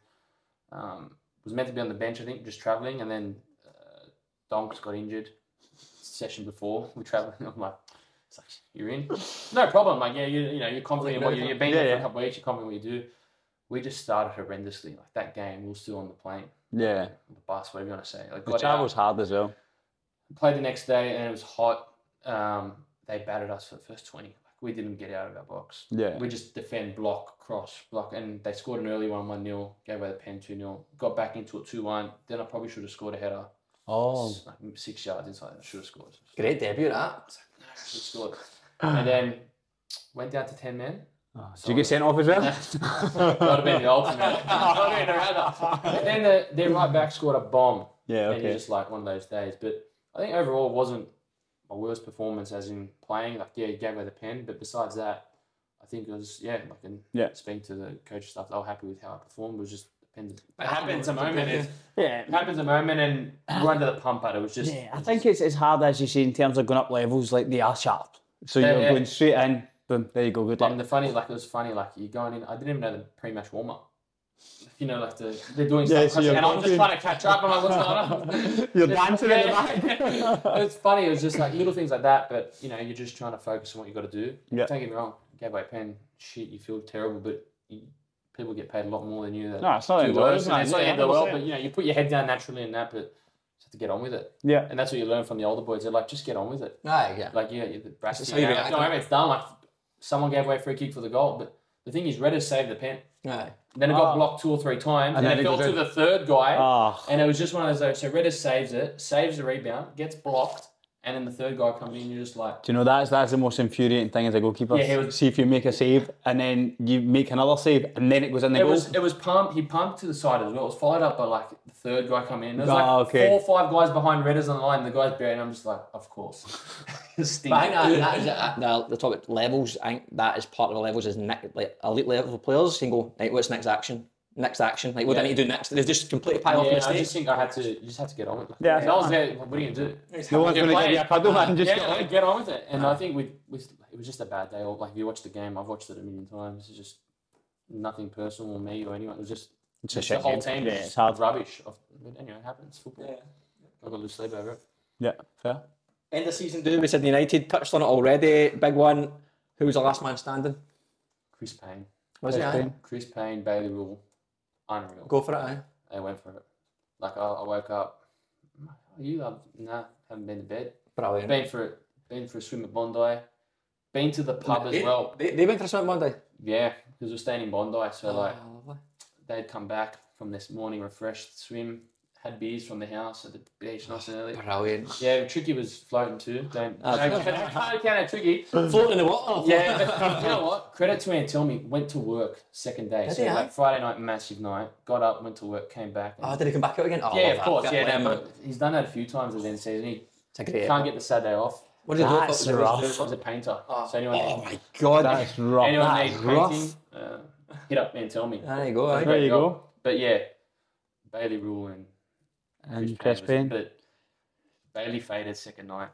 Um, was meant to be on the bench, I think, just travelling. And then uh, Donks got injured session before. We travelling. [laughs] I'm like, it's like, you're in. No problem. Like, yeah, you, you know, you're confident in what you, you've been there for a couple of weeks. You're confident in what you do. We just started horrendously. Like that game, we were still on the plane, yeah. the bus, whatever you want to say. Like, The got out travel's hard as well. played the next day and it was hot. Um, they battered us for the first 20. Like, we didn't get out of our box. Yeah. We just defend, block, cross, block. And they scored an early one, 1 0, gave away the pen 2 0, got back into it 2 1. Then I probably should have scored a header. Oh. Like, six yards inside. I should have scored. Great debut, that. I should have scored. and then went down to 10 men. Did you get sent off as well? [laughs] That [laughs] would have been the ultimate. That would have been the rather. But then the, their right back scored a bomb. Yeah. And you're Okay. just like one of those days. But I think overall it wasn't my worst performance as in playing. Like yeah, he gave away the pen, but besides that, I think it was yeah, like in Yeah. speaking to the coach and stuff, they were happy with how I performed. It was just Depends. It happens a moment. It Yeah, it happens a moment, and we're under the pump, but it was just Yeah, I think it's as hard as you see in terms of going up levels, like they are sharp. So you're yeah. going straight in, boom, there you go, good And luck. the funny, like it was funny, like you going in. I didn't even know the pre-match warm up. You know, like the they're doing stuff, Yeah, so you're and I'm just walking. trying to catch up. I'm like, what's [laughs] going on? You're dancing in the back. [laughs] it's funny. It was just like little things like that, but you know, you're just trying to focus on what you got to do. Yeah. Don't get me wrong. Gave away a pen. Shit, you feel terrible, but you, people get paid a lot more than you. That No, it's not the end do of the world, worse, isn't and it? it's not the Yeah, end of the world. 100%. But you know, you put your head down naturally and that, but just have to get on with it. Yeah. And that's what you learn from the older boys. They're like, just get on with it. Aye, yeah. Like yeah, you- the brass. That's You how you know, react. don't worry, it's done. Like someone gave away a free kick for the goal, but the thing is, Redder saved the pen. Aye. Then it got blocked two or three times, and, Ah. then it it fell got- to the third guy, Ah. and it was just one of those. Like, so Redder saves it, saves the rebound, gets blocked, and then the third guy comes in. and You're just like, Do you know that's that's the most infuriating thing as a goalkeeper? Yeah, he was- See if you make a save and then you make another save and then it goes in the it goal. was it was pumped. He pumped to the side as well. It was followed up by like the third guy coming in. There's like Ah, okay. four or five guys behind Redders on the line. And the guy's buried. And I'm just like, of course. [laughs] Stink. But I think that, that is, uh, the, the top levels, I think that is part of the levels is ne- like elite level players. You can go, right, what's next action? Next action. Like, what do I need to do next? There's just complete pile Yeah, of I mistakes. just think I had to. You just had to get on with it. Yeah. If I was there, what are you gonna do? no one's You're going to give playing. you a paddle [laughs] man. Just yeah, get like, on. get on with it. And I think we, we it was just a bad day. Or like if you watch the game, I've watched it a million times. It's just nothing personal or me or anyone. It was just It's a just shit the whole game. team Yeah, was it's hard. rubbish. Of, but anyway, it happens. Football. I got to lose sleep over it. Yeah, fair. End of season do with Sydney United. Touched on it already. Big one. Who was the last man standing? Chris Payne, Was it? aye? Chris Payne, Bailey Rule, unreal. Go for it, aye. They went for it. Like I, I woke up. "Oh, You love nah, haven't been to bed. Brilliant. Been for it. Been for a swim at Bondi. Been to the pub They- as well. They, they went for a swim Monday. Yeah, because we're staying in Bondi, so Ah. like Oh, lovely. they'd come back from this morning refreshed, swim, had beers from the house at the beach nice and early. Brilliant. Yeah, Tricky was floating too. Don't Oh, don't count- can't count out Tricky. Floating in the [laughs] water. Yeah, you know what? Credit to Antelmi, went to work second day. Did so he, eh? like Friday night, massive night. Got up, went to work, came back. and- Oh, did he come back out again? Oh, I yeah, love of that. course. Fair Yeah, play, no, man. but he's done that a few times at the end of the season. He It's a great. can't Oh get the Saturday off. What did he do? That's What- rough. He's a painter. So anyone, Oh my god. That's rough. anyone That needs is rough. painting, uh, hit up Antelmi. There you go. eh? aye. There you Great go. job. But yeah, Bailey Rule and And Chris Payne. was- But Bailey faded second night.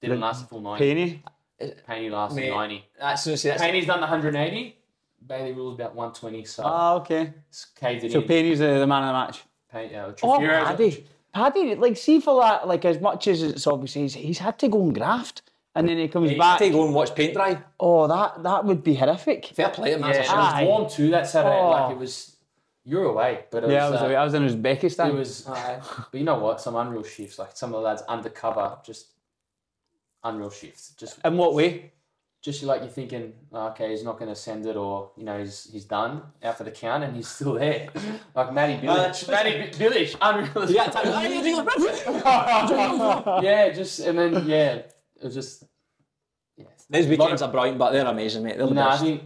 Didn't last a full 90. Penny. Payne lasted Mate. 90. That's seriously. That's Payne's done the 180. Bailey Rule's about 120, so Ah, okay. it's caved it So in. Penny's the, the man of the match. Payne, uh, Oh, Trafiero- Paddy. Paddy, like, see for that, like, as much as it's obviously, he's, he's had to go and graft, and then he comes back. Take go and watch paint dry. Oh, that that would be horrific. Fair play, man. Yeah, That's a it shame. was Aye. warm too that Saturday. Oh. Like it was, you were away, but it Yeah, I was. was, uh, away- I was in Uzbekistan. It [laughs] was, but you know what? Some unreal shifts, like some of the lads undercover, just unreal shifts. Just in what [laughs] way? just like you're thinking, "Oh, okay, he's not going to send it, or you know, he's he's done out for the count, and he's still there, [laughs] like Matty Uh, Billich, Matty B- [laughs] Billich, unreal. Yeah, time. Aye, you doing it? [laughs] yeah, just and then yeah, it was just yeah. [laughs] These weekends are brilliant, but they're amazing, mate. They're the Nah, I best. think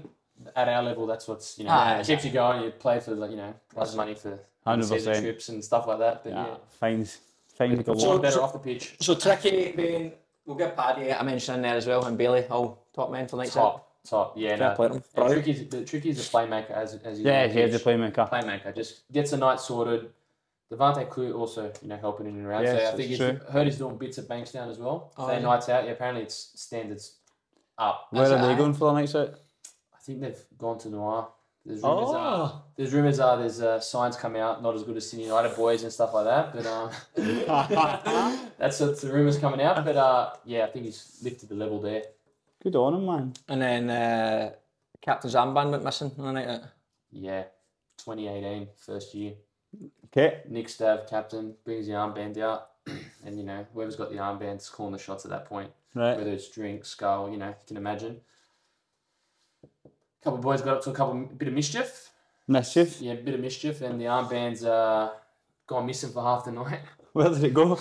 at our level, that's what's you know Ah, keeps you going. You play for like you know plus money for 100%. season trips and stuff like that. But yeah, Fines. Fines go a lot on. better off the pitch. So tricky being we'll get Paddy I mentioned in there as well and Bailey, all top men for the next Top, top, yeah. No. play to him. And Bro. Tricky's the Tricky's a playmaker as as you Yeah, yeah, the playmaker. playmaker. Just gets a night sorted. Devante Clue also, you know, helping in and around. Yes, so I think he's it's true. heard he's doing bits at Bankstown as well. Oh, Their yeah. nights out. Yeah, apparently it's standards up. Where That's are it, they aye. going for the night's out? I think they've gone to Noir. There's rumors Oh, Oh. are there's rumors are there's uh, signs come out not as good as Sydney United boys and stuff like that. But um, [laughs] that's that's the rumors coming out. But uh, yeah, I think he's lifted the level there. Good on him, man. And then uh, Captain Zamban went missing on the night out. Yeah, 2018 first year. Okay. Nick Stav, captain, brings the armband out, [clears throat] and you know whoever's got the armband's calling the shots at that point. Right. Whether it's drink, skull, you know, you can imagine. couple of boys got up to a couple bit of mischief. Mischief. [laughs] Yeah, bit of mischief, and the armband's uh, gone missing for half the night. [laughs] Where did it go?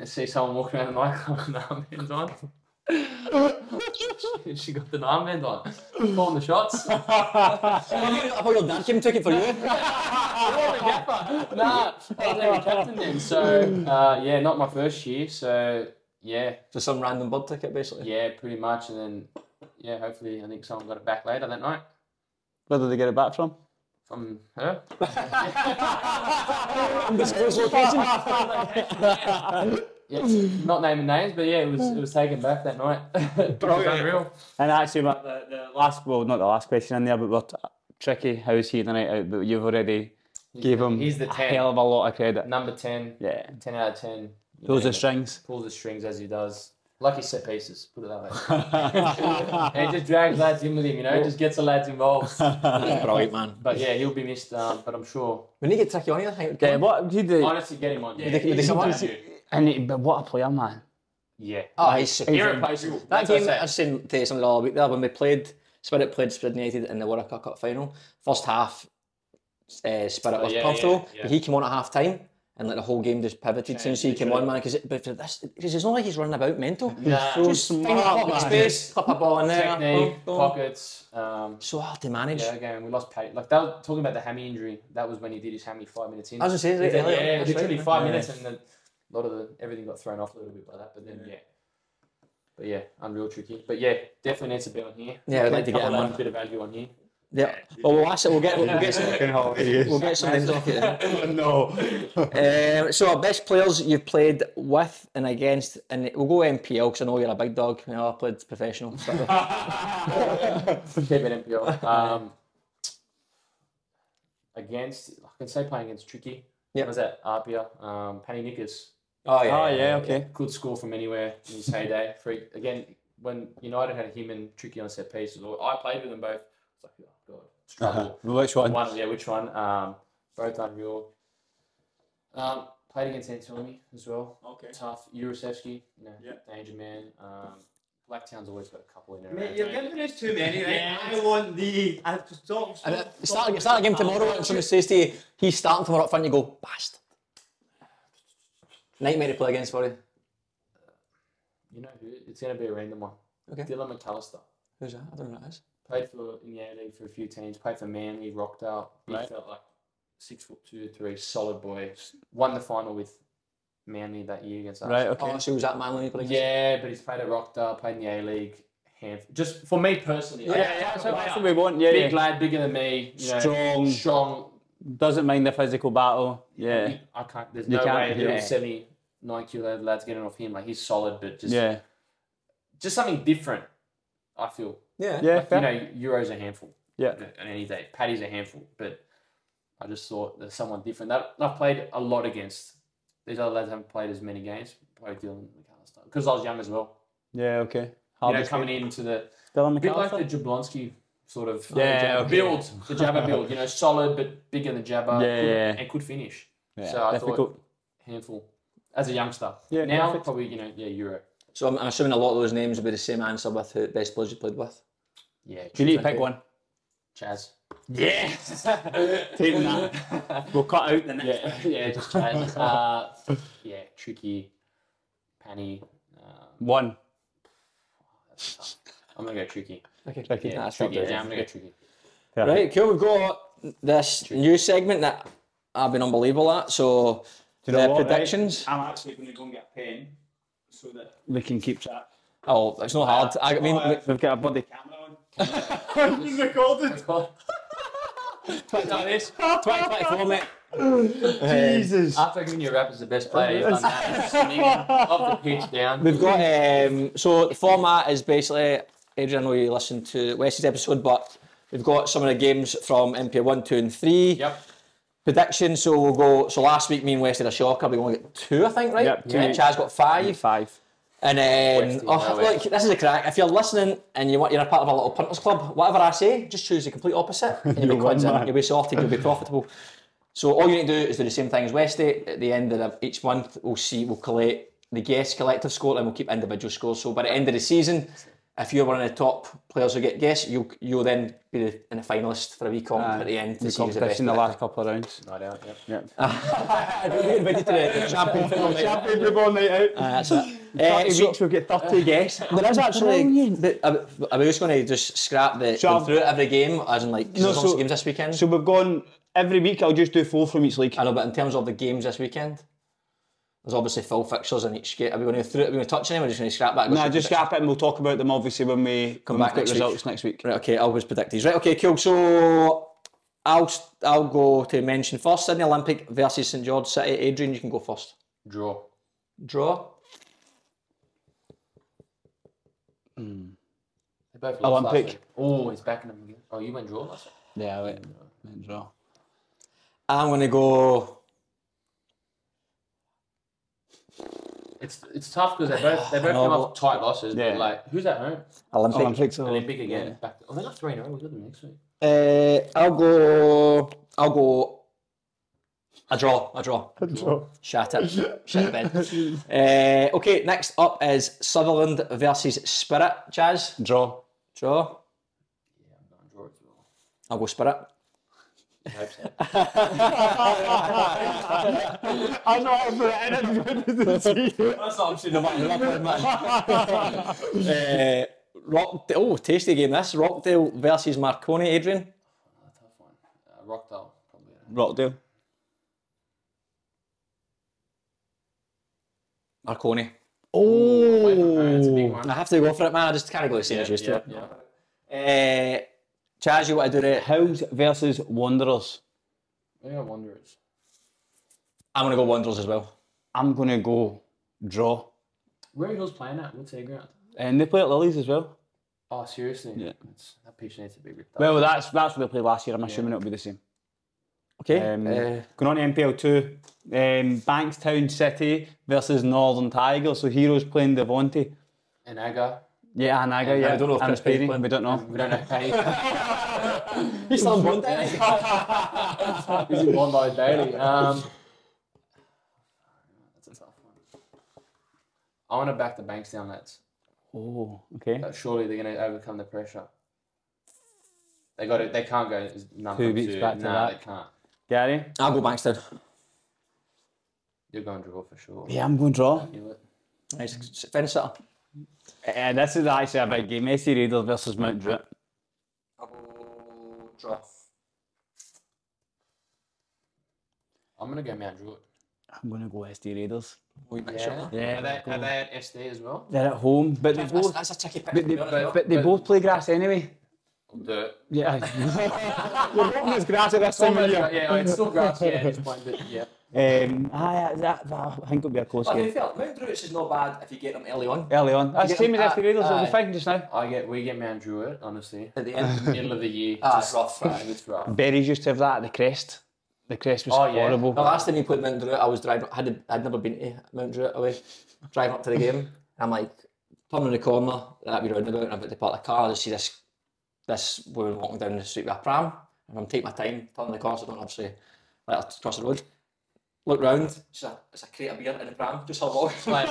I see someone walking around the nightclub with an armband on. [laughs] She- she got the armband on, calling the shots. I thought your dad came and took it for you. nah, I was never captain then. So uh, yeah, not my first year. So yeah, Just some random bird ticket basically. yeah, pretty much. And then yeah, hopefully I think someone got it back later that night. Where did they get it back from? Um, her? Undisclosed location. [sighs] Yeah, not naming names, but yeah, it was it was taken back that night. [laughs] it was unreal. And actually, my, the, the last, well, not the last question in there, but we're t- tricky. How is he the night out? But you've already gave him He's the a 10. hell of a lot of credit. Number ten. Yeah. Ten out of ten. You Those know, are [laughs] strings. pulls the strings as he does. Lucky set pieces, put it that [laughs] way. and he just drags lads in with him, you know, just gets the [laughs] lads involved. Brilliant, man. But yeah, he'll be missed, um, but I'm sure. When he get tricky on you, I think. Yeah, what he did, Honestly, get him on. Yeah, they- would they come on? and he, but what a player, man! yeah. Oh, he's superb. irreplaceable. That That's what I game, said. I was saying to something all week there, when we played, Spirit played Spirit United in the World Cup Cup final, first half, uh, Spirit was Oh, yeah, comfortable, yeah, yeah. but he came on at half time. And like the whole game just pivoted as soon as he came on, man. Because it's not like he's running about mental. Nah. just find a pocket space, clip a ball in there. boom, Technique, boom. pockets. Um, So hard to manage. yeah, again, we lost Patty. Like that was talking about the hammy injury. That was when he did his hammy five minutes in. I was gonna say, is it yeah, earlier? yeah, That's literally right, five yeah. minutes, and then a lot of the everything got thrown off a little bit by that. But then, yeah. But yeah, unreal tricky. But yeah, definitely needs to be on here. Yeah, I'd like to get Couple him of- bit of value on here. Yeah. Well, we'll ask it. We'll get. We'll get some. We'll get some names off you. no. Um, so, our best players you've played with and against, and we'll go MPL because I know you're a big dog. You know, I played professional. So. Kevin [laughs] MPL. Um, against, I can say playing against Tricky. Yep. Was that Arpia? Um, Penny Nickers. oh Oh yeah, okay. Could Uh, score from anywhere in his heyday. Free again when United had him and Tricky on set pieces, or I played with them both. It's like, oh god, struggle. Uh-huh. Which one? One, yeah, which one? Um, both unreal. Um, played against Antonimi as well. Okay. Tough. Urasevsky, you know, danger man. Um, Blacktown's always got a couple in there. Mate, you're giving us too many. Right? I want the. I just stop. And it- start, start a game tomorrow and somebody says to you, he's starting tomorrow up front, you go, bastard. Nightmare to play against for you. You know who? It's going to be a random one. Okay. Dylan McAllister. Who's that? I don't know who that is. Played for in the A League for a few teams. Played for Manly, rocked out. He felt like six foot two, three, solid boy. Won the final with Manly that year against us. [laughs] Right, Oh, okay. so who's that man when you play against? Yeah, but he's played at Rockdale, played in the A League. Hanf- Just for me personally, yeah, So that's what we want. Yeah, big yeah. lad, bigger than me, you know, Strong. strong. Doesn't mind the physical battle. Yeah, I can't. There's You no can't- way little yeah. seventy nine kilo lads getting off him. Like he's solid, but just yeah, just something different. I feel Yeah. yeah. you fair. know, Euro's a handful. Yeah. On any day. Paddy's a handful, but I just thought there's someone different that I've played a lot against. These other lads haven't played as many games. Probably Dylan McAllister. Because I was young as well. Yeah, okay. You know, coming into the Dylan a bit like McAllister. the Jablonski sort of Yeah, uh, okay. build, the [laughs] Jabba build, you know, solid but bigger than Jabba Yeah, could- yeah. and could finish. Yeah, so I difficult. thought handful as a youngster. Yeah, now perfect. probably, you know, yeah, Euro. So I'm, I'm assuming a lot of those names would be the same answer with who best players you played with. Yeah, You need to pick one. Chaz. Yes. [laughs] Taking that. We'll cut out the next. yeah, [laughs] yeah, just Chaz. Uh, yeah, tricky, panny. Um, One. I'm gonna go tricky. Okay, Yeah, That's tricky. not bad. Yeah, I'm gonna go tricky. Right, cool. We've got this new segment that I've been unbelievable at. So, you know the what, right? predictions. I'm actually going to go and get a pen so that We can keep track. Oh, it's not hard. I mean, Uh, We've got a body. camera on. It's [laughs] recorded. [laughs] this. 2024, mate. Jesus. After giving you a rap as the best player, you've done that. Swinging off the pitch down. We've got um, so the format is basically Adrian. I know you listened to Wes's episode, but we've got some of the games from MPL one, two, and three. Yep. Predictions. So we'll go. So last week, me and Wes did a shocker. We only got two, I think, right? Yep, two. And Chaz got five. Five. And Wes then did oh, well, look, this is a crack. If you're listening and you want, you're a part of a little punters club. Whatever I say, just choose the complete [laughs] opposite, and you'll be You'll quids win, in. man. You'll be sorted. You'll be profitable. So all you need to do is do the same thing as Westy. At the end of each month, we'll see, we'll collate the guest collective score, and we'll keep individual scores. So by the end of the season, if you're one of the top players who get guests, you'll you'll then be the, in the finalist for a wee comp at the end to The see who's the best. competition the last couple of rounds. Night out. Yep. You're [laughs] invited to [laughs] the champion final. mate. football night out. That's it. [laughs] Eh, so- we'll get 30 guests. There is actually. the- Are are we just going to just scrap the Sure. go through it every game, as in like 'cause there's so- lots of games this weekend? So we've gone every week. I'll just do four from each league. I know, but in terms of the games this weekend, there's obviously full fixtures in each game. Are we going to through? Are we going to touch any? We're just going to scrap that. and go Nah, through just the scrap it and we'll talk about them obviously when we come back back with next week. results next week. Right, okay, I'll always predict these. Right, okay, cool. So I'll I'll go to mention first Sydney Olympic versus St George City. Adrian, you can go first. Draw. Draw. They both lost last Olympic. week. Oh, he's backing them again. Oh, you went draw last week. Yeah, wait, wait, draw. I'm gonna go. It's it's tough because they both they both No, come off tight losses. Yeah. But like, who's at home? Oh, Olympic. Olympics. Olympic again. Back. Oh, they're not three in a row. We got them next week. Uh, I'll go. I'll go. A draw. A draw. Draw. Shut [laughs] it. Shut it, Ben. uh, okay, next up is Sutherland versus Spirit. Chaz. Draw. Draw. Yeah, I'm going draw as well. I'll go Spirit. I hope so. I know how to put it in. That's obviously the man. [laughs] uh, Rock. Oh, tasty game. This Rockdale versus Marconi. Adrian. A tough one. Uh, Rockdale probably. Rockdale. Marconi. Oh. Away from home, it's a big one. I have to go for it, man. I just can't go the same as used to. Yeah, yeah. Uh, Chaz, you want to do it? Hibs versus Wanderers. Maybe I wonder it's I'm going to go Wanderers as well. I'm gonna go draw. where are Hills playing at? What's their ground? And they play at Lilies as well. Oh, seriously? Yeah. It's, that pitch needs to be ripped up. Well, that's that's what they played last year. I'm assuming it'll be the same. Okay. Um, uh, going on to MPL two, um, Bankstown City versus Northern Tigers. So Heroes playing Devontae. And [laughs] Aga. Yeah, and Aga. And yeah, I don't know if and Chris Perry's Perry, playing. We don't [laughs] know. We don't know how he's still on [laughs] Monday. he, he's in Bondi daily. Um, [laughs] that's a tough one. I want to back the banks down lads. Oh, okay. But surely they're going to overcome the pressure. They got it. They can't go as number Two beats back to nah, back. they can't. Gary. I'll go Bankstown. You're going draw for sure. Yeah, I'm going draw. Knew it. Nice. Finish it up. Uh, this is actually a big game. SC Raiders versus Mount Druitt. I'll go draw. I'm going to go Mount Druitt. I'm gonna go SC Raiders. Yeah. Are they, are they at SD as well? They're at home, but they That's, both that's a tricky pick. but they, to be honest. but they both play grass anyway. The, Yeah. [laughs] We're hoping it's grass at this time of year. yeah, it's still grass. Yeah, at this point, [laughs] but yeah. Um, aye, that, that, I think it'll be a close But to be game. fair, Mount Druitt's is not bad if you get them early on. Early on. That's the same as Ah, FC Raiders, they'll aye. be fighting just now. I get we get Mount Druitt, honestly. At the end. Middle of the year. Ah, it's just- rough. right, it's rough. Berries used to have that at the crest. The crest was Oh, yeah. horrible. The last time he played Mount Druitt, I was driving. I'd, I'd never been to Mount Druitt away. Driving up to the game, I'm like turning the corner that we roundabout, and I'm about to park the car. I just see this this woman walking down the street with a pram, and I'm taking my time turning the corner. So I don't obviously like I cross the road. Look round, it's a, it's a crate of beer in the pram, just her walking. Like,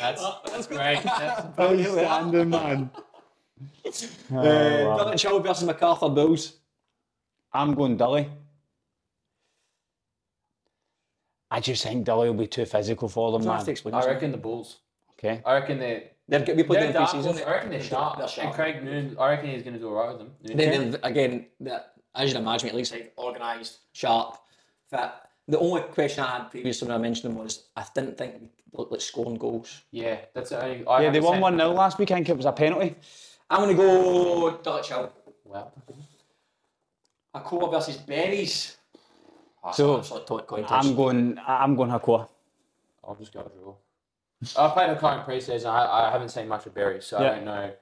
That's [laughs] that's great. That's, Oh, Outstanding, man. [laughs] Oh, uh, Dulwich Hill versus MacArthur Bulls. I'm going Dully. I just think Dully will be too physical for them, I have man. to explain I this. reckon the Bulls. Okay. I reckon they're They're, we played they're them in dark pre-season. horse. I reckon they're sharp. They're sharp. And Craig Noon, I reckon he's going to do alright with them. Noon. Then they've- again, the, as you'd imagine, it looks like organised, sharp, fit. The only question I had previously when I mentioned them was I didn't think we looked like scoring goals. Yeah, that's the only. I Yeah, they haven't won seen- 1 0 last week. I think it was a penalty. I'm going to go Dutch Hill. Wow. Acoa versus Berries. Ah, That's So, an absolute to- coin toss. I'm going, I'm going Hakoa. I'll just go draw. I played a current preseason. I, I haven't seen much of Berry, so I Yeah. don't know.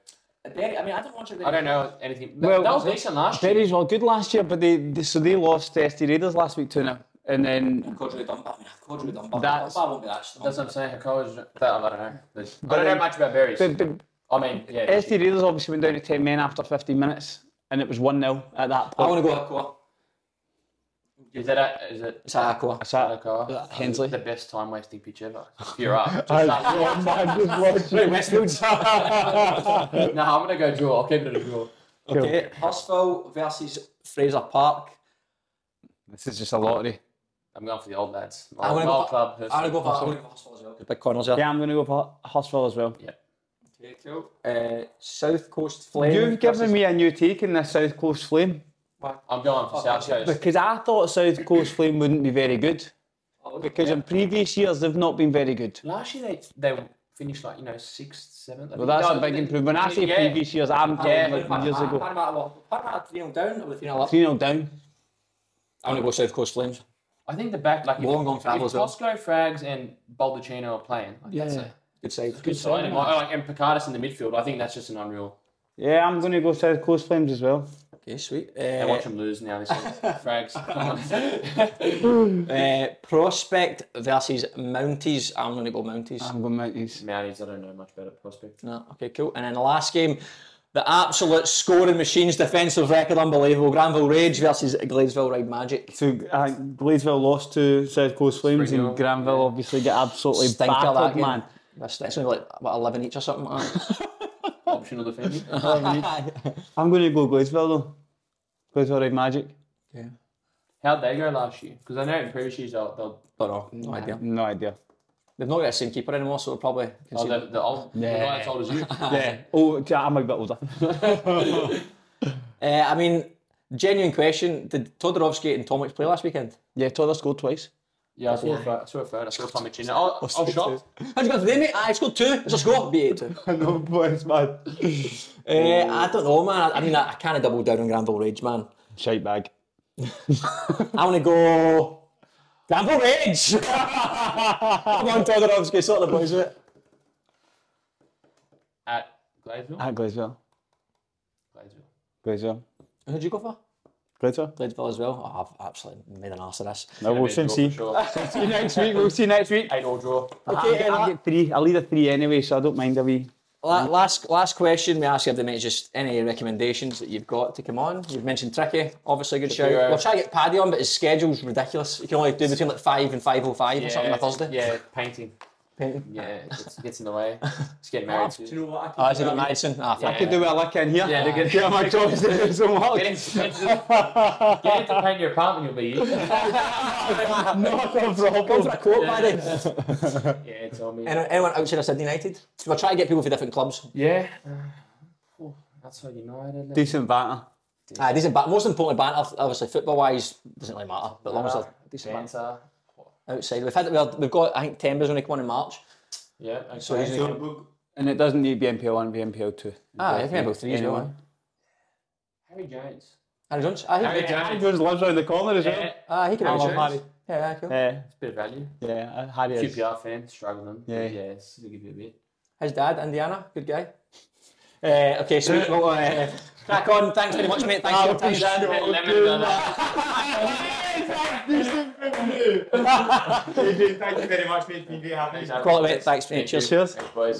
Uh, Berry, I mean, I don't want to. I don't know anything. Well, Well, that was decent last year. Berries were good last year, but they, they so they lost to ST Raiders last week 2 0. And then Codry Dunbar. I mean, Codry Dunbar. That's- Dunbar won't be that strong. That's what I'm saying. Hakoa's, that, I don't know. There's- I don't know much about berries. but, but I mean, yeah. ST Raiders obviously went down to 10 men after 15 minutes, and it was 1 0 at that I point. want to go Acoa. Is that a, is it It's a Acoa. So, [laughs] Hakoa? uh, Hensley. oh, The best time wasting pitch ever. If [laughs] you're up. Just start- no, I'm gonna go draw. I'll keep it a draw. Okay. Hurstville versus Fraser Park. This is just a lottery. I'm going for the old lads. My, I'm my gonna old go. club. I'm gonna go for. I'm gonna go for Hurstville as well. The big corners there. Yeah, I'm going to go for Hurstville as well. Okay, cool. Uh, South Coast Flame. You've given me a new take in this South Coast Flame I'm going Oh, for South Coast. because I thought South Coast Flame wouldn't be very good Oh, because in previous years they've not been very good. Last year they they finished like you know sixth, seventh. I Well, think. that's No, a big didn't- improvement. I say yeah. previous years, I'm Yeah, talking like Panama- years ago. [laughs] Panama, what? Panama 3 0 down or were 3 0 up? 3 0 down. I'm going to go South Coast Flames. I think the back like if, Long on if travel as well. Tosco, Frags, and Baldacchino are playing. Like, that's Yeah. a Good side. good sign. And, like, like, and Picardus in the midfield. I think that's just an unreal. Yeah, I'm going to go South Coast Flames as well. Okay, sweet. I Uh, watch them lose now. This year. [laughs] Frags. come on. uh, prospect versus Mounties. I'm going to go Mounties. I'm going Mounties. Mounties. I don't know much about prospect. No, okay, cool. And then the last game, the absolute scoring machines, defensive record, unbelievable. Granville Rage versus Gladesville Ride Magic. So I think Gladesville lost to South Coast Flames, and 3-0, Granville yeah. obviously got absolutely Stinker that battered, game. man. That's, that's only like about eleven each or something. Like [laughs] that. [laughs] Optional defending. [laughs] I'm going to go Gladesville though. Gladesville Red Magic. How'd they go last year? Because I know in previous years they'll, they'll Don't know, oh, no idea. No idea. They've not got the same keeper anymore, so they'll probably. oh, Concede. the, the old. Yeah. They're not as [laughs] old as you. Yeah. Oh, yeah, I'm a bit older. uh, I mean, genuine question: Did Todorovsky and Tomic play last weekend? Yeah, Todd scored twice. Yeah, I saw a pho- I saw a photo. I saw Tommy Chin. Oh, I was shocked. How'd you go today, mate? I scored two. It's a score. Beat eight two. [laughs] I know, boys, man. Uh, I don't know, man. I, I mean, I, I kind of doubled down on Granville Rage, man. Shite bag. I want to go. Granville Rage. Come on, Todorovsky, sort the boys out. At Gladesville? At Gladesville. Gladesville. Gladesville. Who'd you go for? Gladesville. Gladesville as well. Oh, I've absolutely made an arse of this. No, we'll soon see. Sure. See you next week. We'll see you next [laughs] week. Eight all draw. Okay, I'll get three. I'll lead a three anyway, so I don't mind a wee. la- last last question. We ask you if there is just any recommendations that you've got to come on. You've mentioned Tricky, obviously a good show. Shapiro. We'll try to get Paddy on, but his schedule's ridiculous. You can only do between like five and five oh five or something on a Thursday. Yeah, painting. Painting. Yeah, it gets, gets in the [laughs] way. Just get married to. know what? Oh, has he got Madison? Ah, fuck. Yeah. Could do a lick in here. [laughs] Yeah, they're Yeah, good. my job's doing some work. Get him, get him to paint your apartment, you'll be. [laughs] Not a Go for problem. a quote, Paddy. Yeah, it's on me. Anyone, anyone outside of Sydney United? We're trying to get people for different clubs. Yeah. Uh, oh, that's how United. Decent banter. Ah, decent ban- most importantly, banter, obviously, football wise, doesn't really matter. But as long as they're decent banter Banter. outside. We've, had, we've- we've got, I think, Timbers when they come on in March. Yeah. Okay. So he's yeah. [laughs] And it doesn't need to be MPL 1, it'd be MPL 2. Ah, I think about three as well. Anyone. Harry Jones. Harry Jones. Ah, I Harry think. Jones. Jones lives around the corner as Yeah, Ah, he can I have a love shot. Harry. Yeah, yeah, cool. Yeah, bit of value. yeah, Harry is. QPR fan, struggling. Yeah. Yeah, it's gonna give you a bit. His dad, Indiana, good guy. Uh, okay, so well, uh, crack on. Thanks very much, mate. Thanks Ah, for your time, Dan. Bit lemon down there. Adrian, thank you very much, mate. It's been great having you. [laughs] Quality, mate. Thanks, mate. Cheers. Cheers. Thanks, boys.